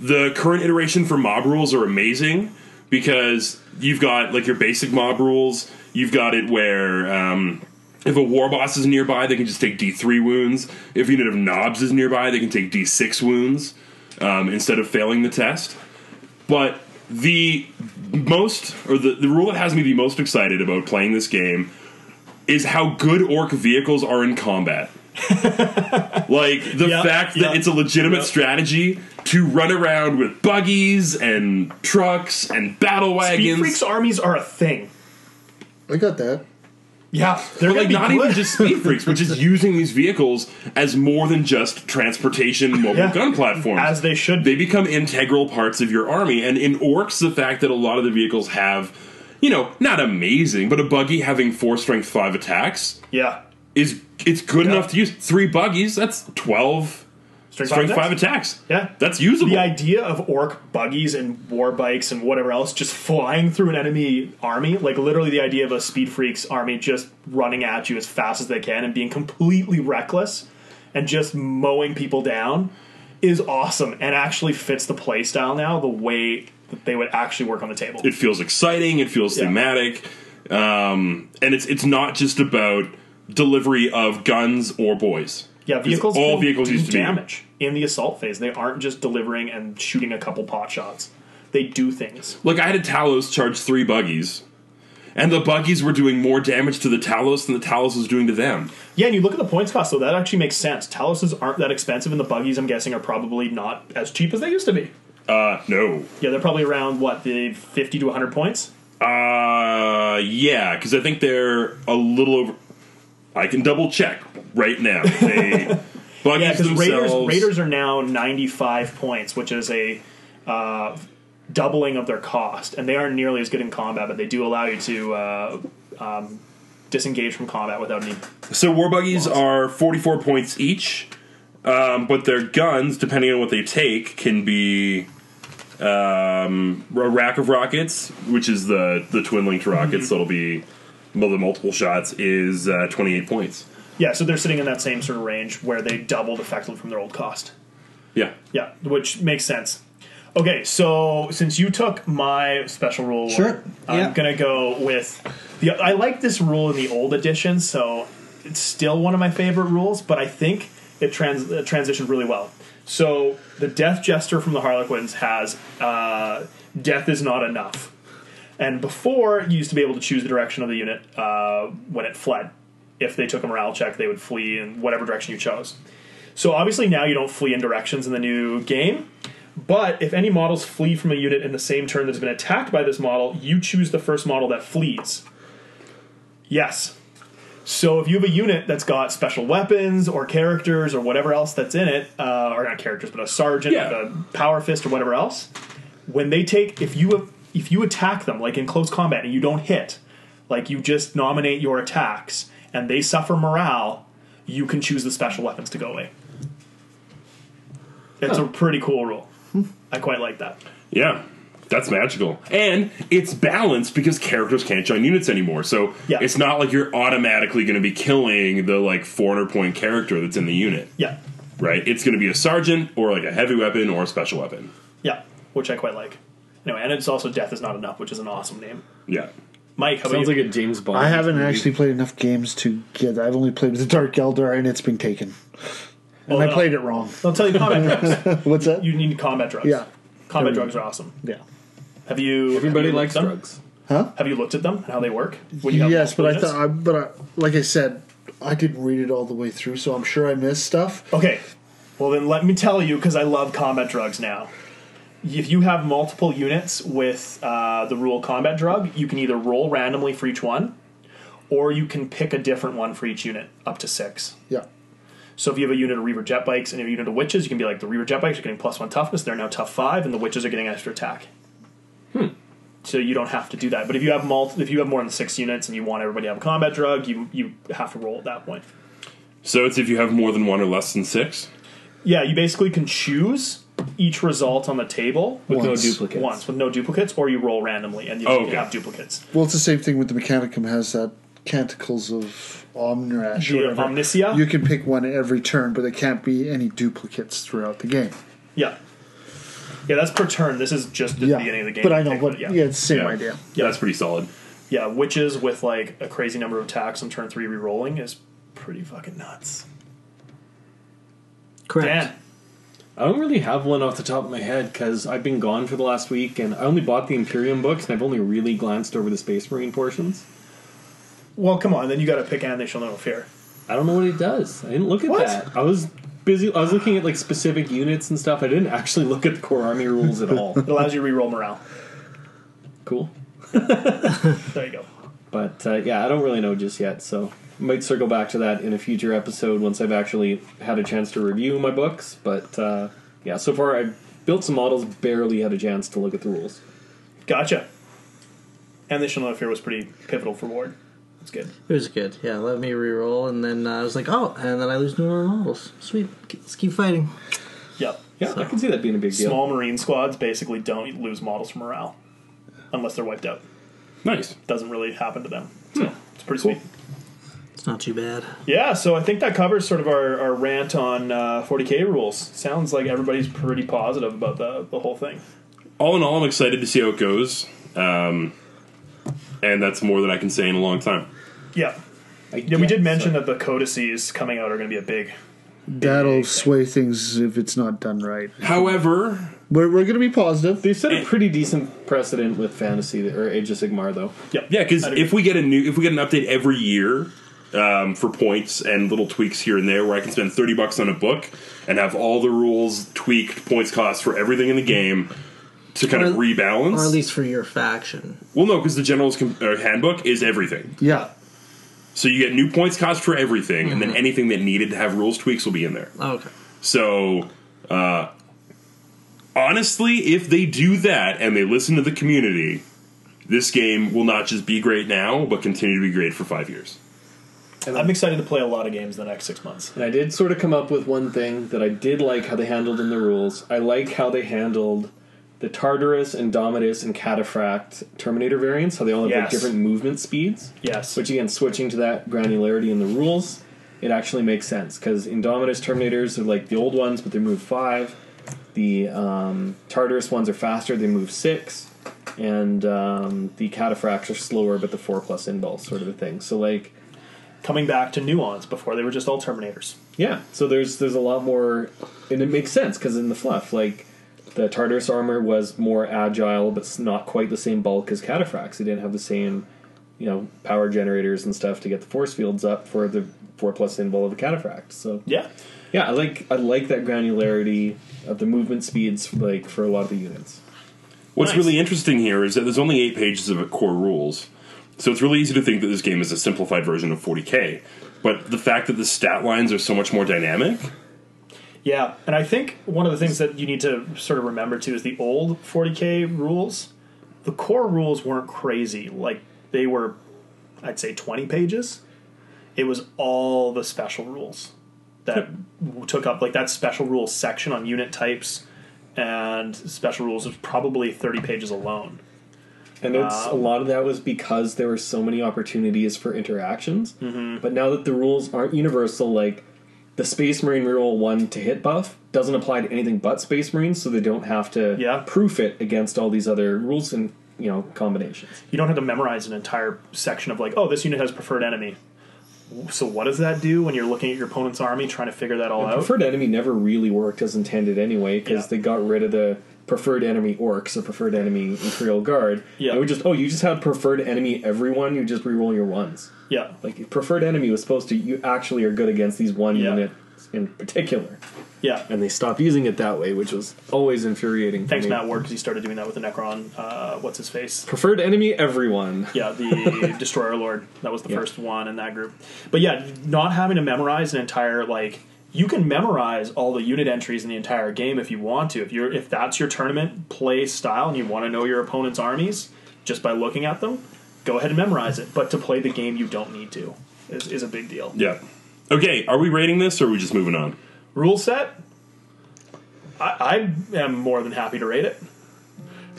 The current iteration for mob rules are amazing because you've got like your basic mob rules. You've got it where um, if a war boss is nearby, they can just take D three wounds. If a unit of knobs is nearby, they can take D six wounds um, instead of failing the test. But the most or the, the rule that has me the most excited about playing this game is how good orc vehicles are in combat. like the Yeah, fact that yeah. it's a legitimate Yeah. strategy to run around with buggies and trucks and battle Speed wagons. freaks armies are a thing. I got that. Yeah, they're But, like gonna not be good. even just speed freaks, but just using these vehicles as more than just transportation mobile Yeah. gun platforms. as they should. be. they become integral parts of your army. And in orcs, the fact that a lot of the vehicles have, you know, not amazing, but a buggy having four strength five attacks Yeah, is it's good Yeah. enough to use. Three buggies, that's twelve strength, strength five five attacks. attacks. Yeah. that's usable. The idea of orc buggies and war bikes and whatever else just flying through an enemy army, like literally the idea of a speed freaks army just running at you as fast as they can and being completely reckless and just mowing people down is awesome and actually fits the playstyle now the way that they would actually work on the table. it feels exciting. It feels Yeah. thematic, um, and it's it's not just about delivery of guns or boys. yeah, vehicles all can vehicles do used to be- damage in the assault phase. They aren't just delivering and shooting a couple pot shots. They do things. Like I had a Talos charge three buggies, and the buggies were doing more damage to the Talos than the Talos was doing to them. Yeah, and you look at the points cost, so that actually makes sense. Taloses aren't that expensive, and the buggies, I'm guessing, are probably not as cheap as they used to be. Uh, no. Yeah, they're probably around, what, the 50 to 100 points? Uh, yeah, because I think they're a little over. I can double check right now. They buggies Yeah, because Raiders, themselves. Raiders are now 95 points, which is a uh, doubling of their cost, and they aren't nearly as good in combat, but they do allow you to uh, um, disengage from combat without any. So war buggies are forty-four points each, um, but their guns, depending on what they take, can be um, a rack of rockets, which is the the twin linked rockets. Mm-hmm. So it'll be well, the multiple shots is uh, twenty-eight points. Yeah, so they're sitting in that same sort of range where they doubled effectively from their old cost. Yeah. Yeah, which makes sense. Okay, so since you took my special rule, Sure, I'm yeah. gonna go with the. I like this rule in the old edition, so it's still one of my favorite rules. But I think it trans uh, transitioned really well. So the Death Jester from the Harlequins has uh, "Death is not enough," and before you used to be able to choose the direction of the unit uh, when it fled. If they took a morale check, they would flee in whatever direction you chose. So obviously now you don't flee in directions in the new game, but if any models flee from a unit in the same turn that's been attacked by this model, you choose the first model that flees. Yes. So if you have a unit that's got special weapons or characters or whatever else that's in it, uh, or not characters, but a sergeant, Yeah. with a power fist, or whatever else, when they take if you if you attack them like in close combat and you don't hit, like you just nominate your attacks and they suffer morale, you can choose the special weapons to go away. It's a pretty cool rule. I quite like that. Yeah. That's magical. And it's balanced because characters can't join units anymore. So Yeah. it's not like you're automatically going to be killing the like 400 point character that's in the unit, Yeah, right? It's going to be a sergeant or like a heavy weapon or a special weapon. yeah, which I quite like. Anyway, and it's also "Death Is Not Enough," which is an awesome name. Yeah. Mike, how about Sounds you? like a James Bond. I haven't movie. actually played enough games to get. I've only played the Dark Elder, and it's been taken. And Well, I Oh, no. played it wrong. I'll tell you combat drugs. What's that? You need combat drugs. Yeah. combat drugs are awesome. yeah. Have you? Everybody have you likes looked them? drugs. Have you looked at them and how they work? When you have Yes, but I multiple thought. I, but I, like I said, I didn't read it all the way through, so I'm sure I missed stuff. Okay. Well, then let me tell you because I love combat drugs now. If you have multiple units with uh, the rule combat drug, you can either roll randomly for each one, or you can pick a different one for each unit, up to six. Yeah. So if you have a unit of Reaver Jet Bikes and a unit of Witches, you can be like, the Reaver Jet Bikes are getting plus one toughness, they're now tough five, and the Witches are getting extra attack. Hmm. So you don't have to do that. But if you have multi- if you have more than six units and you want everybody to have a combat drug, you you have to roll at that point. So it's if you have more than one or less than six. Yeah, you basically can choose each result on the table With Once. no duplicates. once with no duplicates, or you roll randomly and you Oh, okay. have duplicates. Well, it's the same thing with the Mechanicum. Has that Canticles of Omnirash? or The whatever. Omnisia? You can pick one every turn, but there can't be any duplicates throughout the game. yeah. Yeah, that's per turn. This is just at yeah, the beginning of the game. but I know, Take but one, yeah, it's the same Yeah. idea. Yeah. That's pretty solid. Yeah, witches with like a crazy number of attacks on turn three rerolling is pretty fucking nuts. Correct. Dan, I don't really have one off the top of my head because I've been gone for the last week and I only bought the Imperium books and I've only really glanced over the Space Marine portions. well, come on, then you got to pick and they shall know no fear. I don't know what it does. I didn't look at What? that. I was busy. I was looking at like specific units and stuff. I didn't actually look at the core army rules at all. It allows you to reroll morale. cool. There you go. But uh, yeah, I don't really know just yet. So might circle back to that in a future episode once I've actually had a chance to review my books. But uh, yeah, so far I've built some models, barely had a chance to look at the rules. Gotcha. And they shall know no fear was pretty pivotal for Ward. That's good. It was good. Yeah, let me reroll, and then uh, I was like, oh, and then I lose new models. Sweet. K- Let's keep fighting. Yep. Yeah, I can see that being a big deal. Small marine squads basically don't lose models from morale unless they're wiped out. Nice. Doesn't really happen to them. So it's pretty sweet. It's not too bad. Yeah, so I think that covers sort of our, our rant on uh, 40k rules. Sounds like everybody's pretty positive about the, the whole thing. All in all, I'm excited to see how it goes. Um, and that's more than I can say in a long time. Yeah. I Yeah, we guess. did mention that the codices coming out are going to be a big. That'll sway things if it's not done right. However, We're, we're going to be positive. They set a pretty decent precedent with Fantasy or Age of Sigmar, though. Yep. Yeah, because That'd be- if we get a new, if we get an update every year um, for points and little tweaks here and there, where I can spend thirty bucks on a book and have all the rules tweaked, points costs for everything in the game to kind of Or- rebalance. Or at least for your faction. well, no, because the general's com- uh, handbook is everything, Yeah. so you get new points cost for everything, and Mm-hmm. then anything that needed to have rules tweaks will be in there. Okay. So, uh, honestly, if they do that and they listen to the community, this game will not just be great now, but continue to be great for five years. I'm excited to play a lot of games in the next six months. And I did sort of come up with one thing that I did like how they handled in the rules. I like how they handled the Tartarus, Indomitus, and Cataphract Terminator variants, how they all have like Yes. different movement speeds. Yes. Which again, switching to that granularity in the rules, it actually makes sense because Indominus Terminators are like the old ones, but they move five. The um, Tartarus ones are faster; they move six, and um, the Cataphracts are slower, but the four plus invuln sort of a thing. So like, Coming back to nuance before they were just all Terminators. yeah. So there's there's a lot more, and it makes sense because in the fluff, like the Tartarus armor was more agile, but s- not quite the same bulk as Cataphracts. They didn't have the same, you know, power generators and stuff to get the force fields up for the four plus invul of a Cataphract. So Yeah. yeah, I like I like that granularity of the movement speeds, like for a lot of the units. What's Nice. really interesting here is that there's only eight pages of core rules, so it's really easy to think that this game is a simplified version of 40k. But the fact that the stat lines are so much more dynamic, Yeah, and I think one of the things that you need to sort of remember too is the old 40k rules. The core rules weren't crazy; like they were, I'd say, 20 pages. It was all the special rules that w took up like that special rules section on unit types, and special rules was probably 30 pages alone. And it's Um, a lot of that was because there were so many opportunities for interactions. Mm-hmm. But now that the rules aren't universal, like the Space Marine rule one to hit buff doesn't apply to anything but Space Marines, so they don't have to Yeah. proof it against all these other rules and you know combinations. You don't have to memorize an entire section of like, oh, this unit has preferred enemy. So what does that do when you're looking at your opponent's army trying to figure that all out? Preferred enemy never really worked as intended anyway, because Oh. Yeah. they got rid of the preferred enemy orcs or preferred enemy Imperial Guard. Yeah. It would just oh you just had preferred enemy everyone. You just reroll your ones. Yeah. Like preferred enemy was supposed to you actually are good against these one Yeah. unit in particular, Yeah. and they stopped using it that way, which was always infuriating. for Thanks, me. Matt Ward, because he started doing that with the Necron. Uh, what's his face? Preferred enemy everyone. Yeah, the Destroyer Lord. That was the Yeah. first one in that group. But yeah, not having to memorize an entire like you can memorize all the unit entries in the entire game if you want to. If you're if that's your tournament play style and you want to know your opponent's armies just by looking at them, go ahead and memorize it. But to play the game, you don't need to. Is, is a big deal. yeah. Okay, are we rating this or are we just moving on? Rule set. I, I am more than happy to rate it.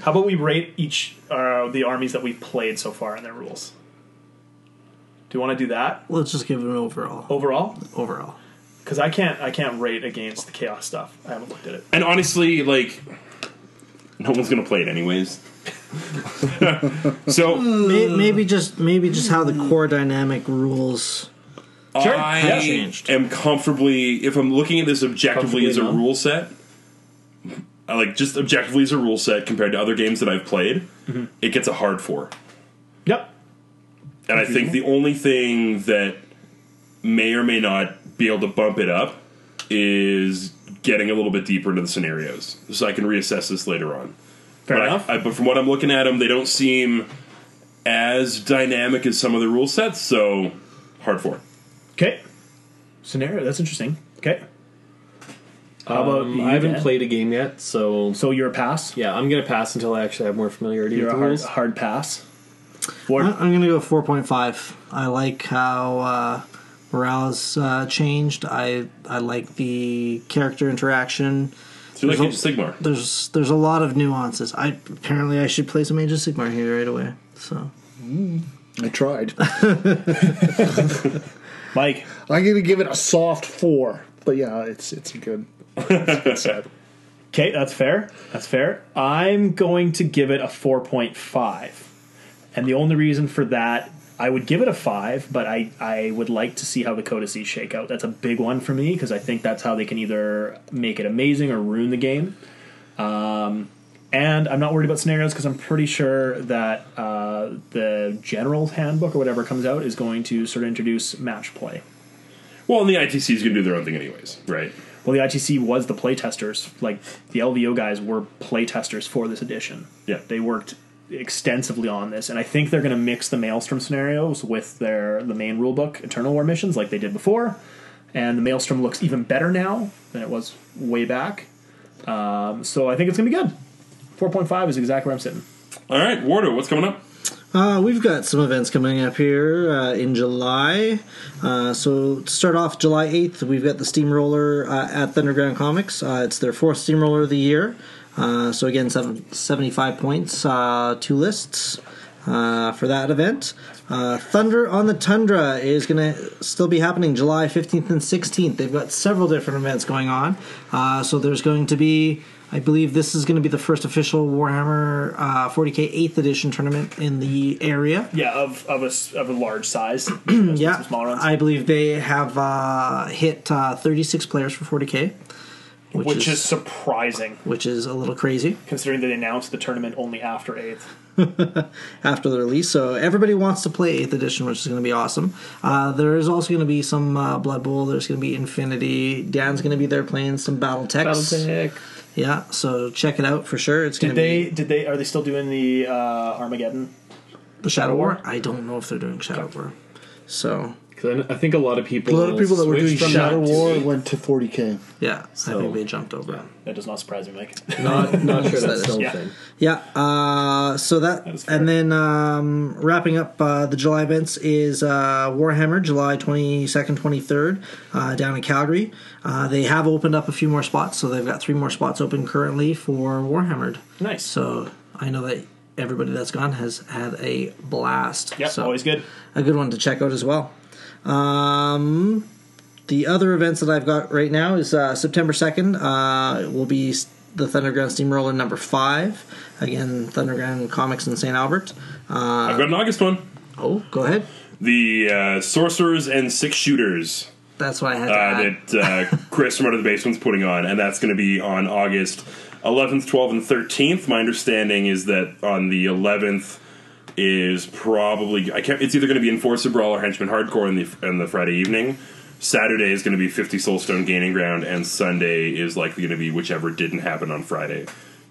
How about we rate each uh, the armies that we've played so far and their rules? Do you want to do that Let's just give it an overall. overall? Overall. Because I can't I can't rate against the chaos stuff. I haven't looked at it. And honestly, like, no one's gonna play it anyways. so May- Maybe just maybe just how the core dynamic rules. I Changed. am comfortably, if I'm looking at this objectively Comfortably as a numb. rule set, I like just objectively as a rule set compared to other games that I've played, it gets a hard four. Yep. And I think the only thing that may or may not be able to bump it up is getting a little bit deeper into the scenarios, so I can reassess this later on. Fair but I- enough. I, but from what I'm looking at them, they don't seem as dynamic as some of the rule sets. So hard for. Okay. Scenario. That's interesting. Okay. How about you, Um, I haven't Dan? played a game yet, so So you're a pass. yeah, I'm gonna pass until I actually have more familiarity You're with a the hard, rules. hard pass. I- I'm gonna go 4.5. I like how uh, morale's uh, changed. I I like the character interaction. So you like There's Age of Sigmar? There's there's a lot of nuances. I apparently I should play some Age of Sigmar here right away. So I tried. Mike. I'm gonna give it a soft four, but yeah, it's it's good. Okay, that's fair. That's fair. I'm going to give it a 4.5. And the only reason for that, I would give it a 5, but I, I would like to see how the codices shake out. That's a big one for me because I think that's how they can either make it amazing or ruin the game. Um, and I'm not worried about scenarios because I'm pretty sure that uh, the general handbook or whatever comes out is going to sort of introduce match play. Well, and the ITC is going to do their own thing anyways, right? Well, the ITC was the playtesters. Like the LVO guys were playtesters for this edition. Yeah. they worked extensively on this, and I think they're going to mix the Maelstrom scenarios with their the main rulebook Eternal War missions, like they did before. And the Maelstrom looks even better now than it was way back. Um, so I think it's going to be good. Four point five is exactly where I'm sitting. All right, Wardo, what's coming up? Uh, we've got some events coming up here uh, in July. Uh, so to start off, July 8th, we've got the Steamroller uh, at Thunderground Comics. Uh, it's their fourth Steamroller of the year. Uh, so again, seven, 75 points, uh, two lists uh, for that event. Uh, Thunder on the Tundra is going to still be happening July 15th and 16th. They've got several different events going on. Uh, so there's going to be I believe this is going to be the first official Warhammer uh, 40k 8th edition tournament in the area. Yeah, of of a s- of a large size. yeah, Hmm, some smaller ones. I believe they have uh, hit uh, 36 players for 40k, which, which is is surprising which is a little crazy considering they announced the tournament only after eighth. after the release. So everybody wants to play 8th edition, which is going to be awesome. Uh, there is also going to be some uh, Blood Bowl. There's going to be Infinity. Dan's going to be there playing some Battle Techs. Yeah, so check it out for sure. It's going Did to be they? Did they? Are they still doing the uh, Armageddon? the Shadow War. I don't know if they're doing Shadow War. So Because I think a lot of A people. lot of people that were doing switched from Shadow that to War eight. went to 40k. yeah, I think they jumped over. That does not surprise me, Mike. Not, not sure that's still Yeah. a thing. Yeah. Uh, so that, is fair. and then um, wrapping up uh, the July events is uh, Warhammer, July twenty second, twenty third, uh, down in Calgary. Uh, they have opened up a few more spots, so they've got three more spots open currently for Warhammered. Nice. So I know that everybody that's gone has had a blast. Yep, so always good. a good one to check out as well. Um, the other events that I've got right now is uh, September 2nd uh, will be s- the Thunderground Steamroller number 5. Again, Thunderground Comics in St. Albert. Uh, I've got an August one. oh, go ahead. The uh, Sorcerers and Six Shooters That's what I had to uh, add. that uh, Chris from Out of the Basement's putting on, and that's going to be on August 11th, 12th, and 13th. My understanding is that on the 11th is probably I can't. It's either going to be Enforcer Brawl or Henchman Hardcore in the on the Friday evening. Saturday is going to be 50 Soulstone Gaining Ground, and Sunday is likely going to be whichever didn't happen on Friday.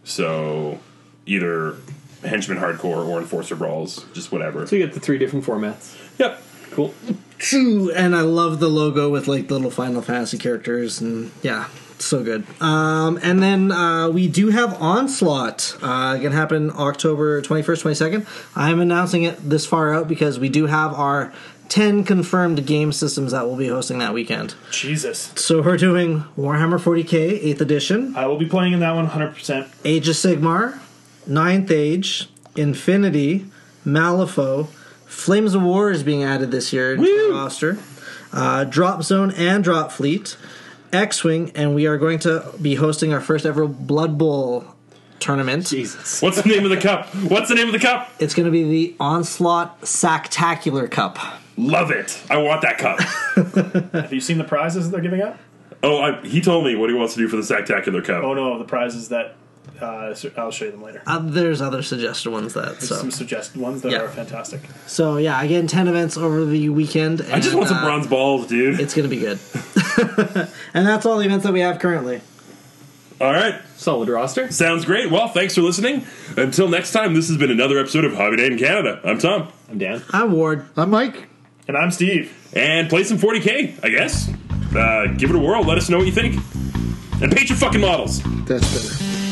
So either Henchman Hardcore or Enforcer Brawls, just whatever. So you get the three different formats. Yep. Cool. True, and I love the logo with like the little Final Fantasy characters, and yeah, so good. Um, and then uh, we do have Onslaught. Uh, gonna happen October twenty first, twenty second. I'm announcing it this far out because we do have our ten confirmed game systems that we'll be hosting that weekend. Jesus, So we're doing Warhammer 40k Eighth Edition, I will be playing in that one 100. percent Age of Sigmar, Ninth Age, Infinity, Malifaux. Flames of War is being added this year into the roster. Uh, Drop Zone and Drop Fleet, X Wing, and we are going to be hosting our first ever Blood Bowl tournament. Jesus. What's the name of the cup? What's the name of the cup? It's going to be the Onslaught Sactacular Cup. Love it. I want that cup. Have you seen the prizes that they're giving out? oh, I, he told me what he wants to do for the spectacular cup. Oh no, the prizes that uh, so- I'll show you them later. Uh, there's other suggested ones that so Some suggested ones that Yeah. are fantastic. so yeah again ten events over the weekend. And, I just want some uh, bronze balls, dude. It's gonna be good, and that's all the events that we have currently. All right. Solid roster. Sounds great. Well, thanks for listening. Until next time, this has been another episode of Hobby Day in Canada. I'm Tom. I'm Dan. I'm Ward. I'm Mike. And I'm Steve. And play some 40K, I guess. Uh, give it a whirl. Let us know what you think. And paint your fucking models. That's better.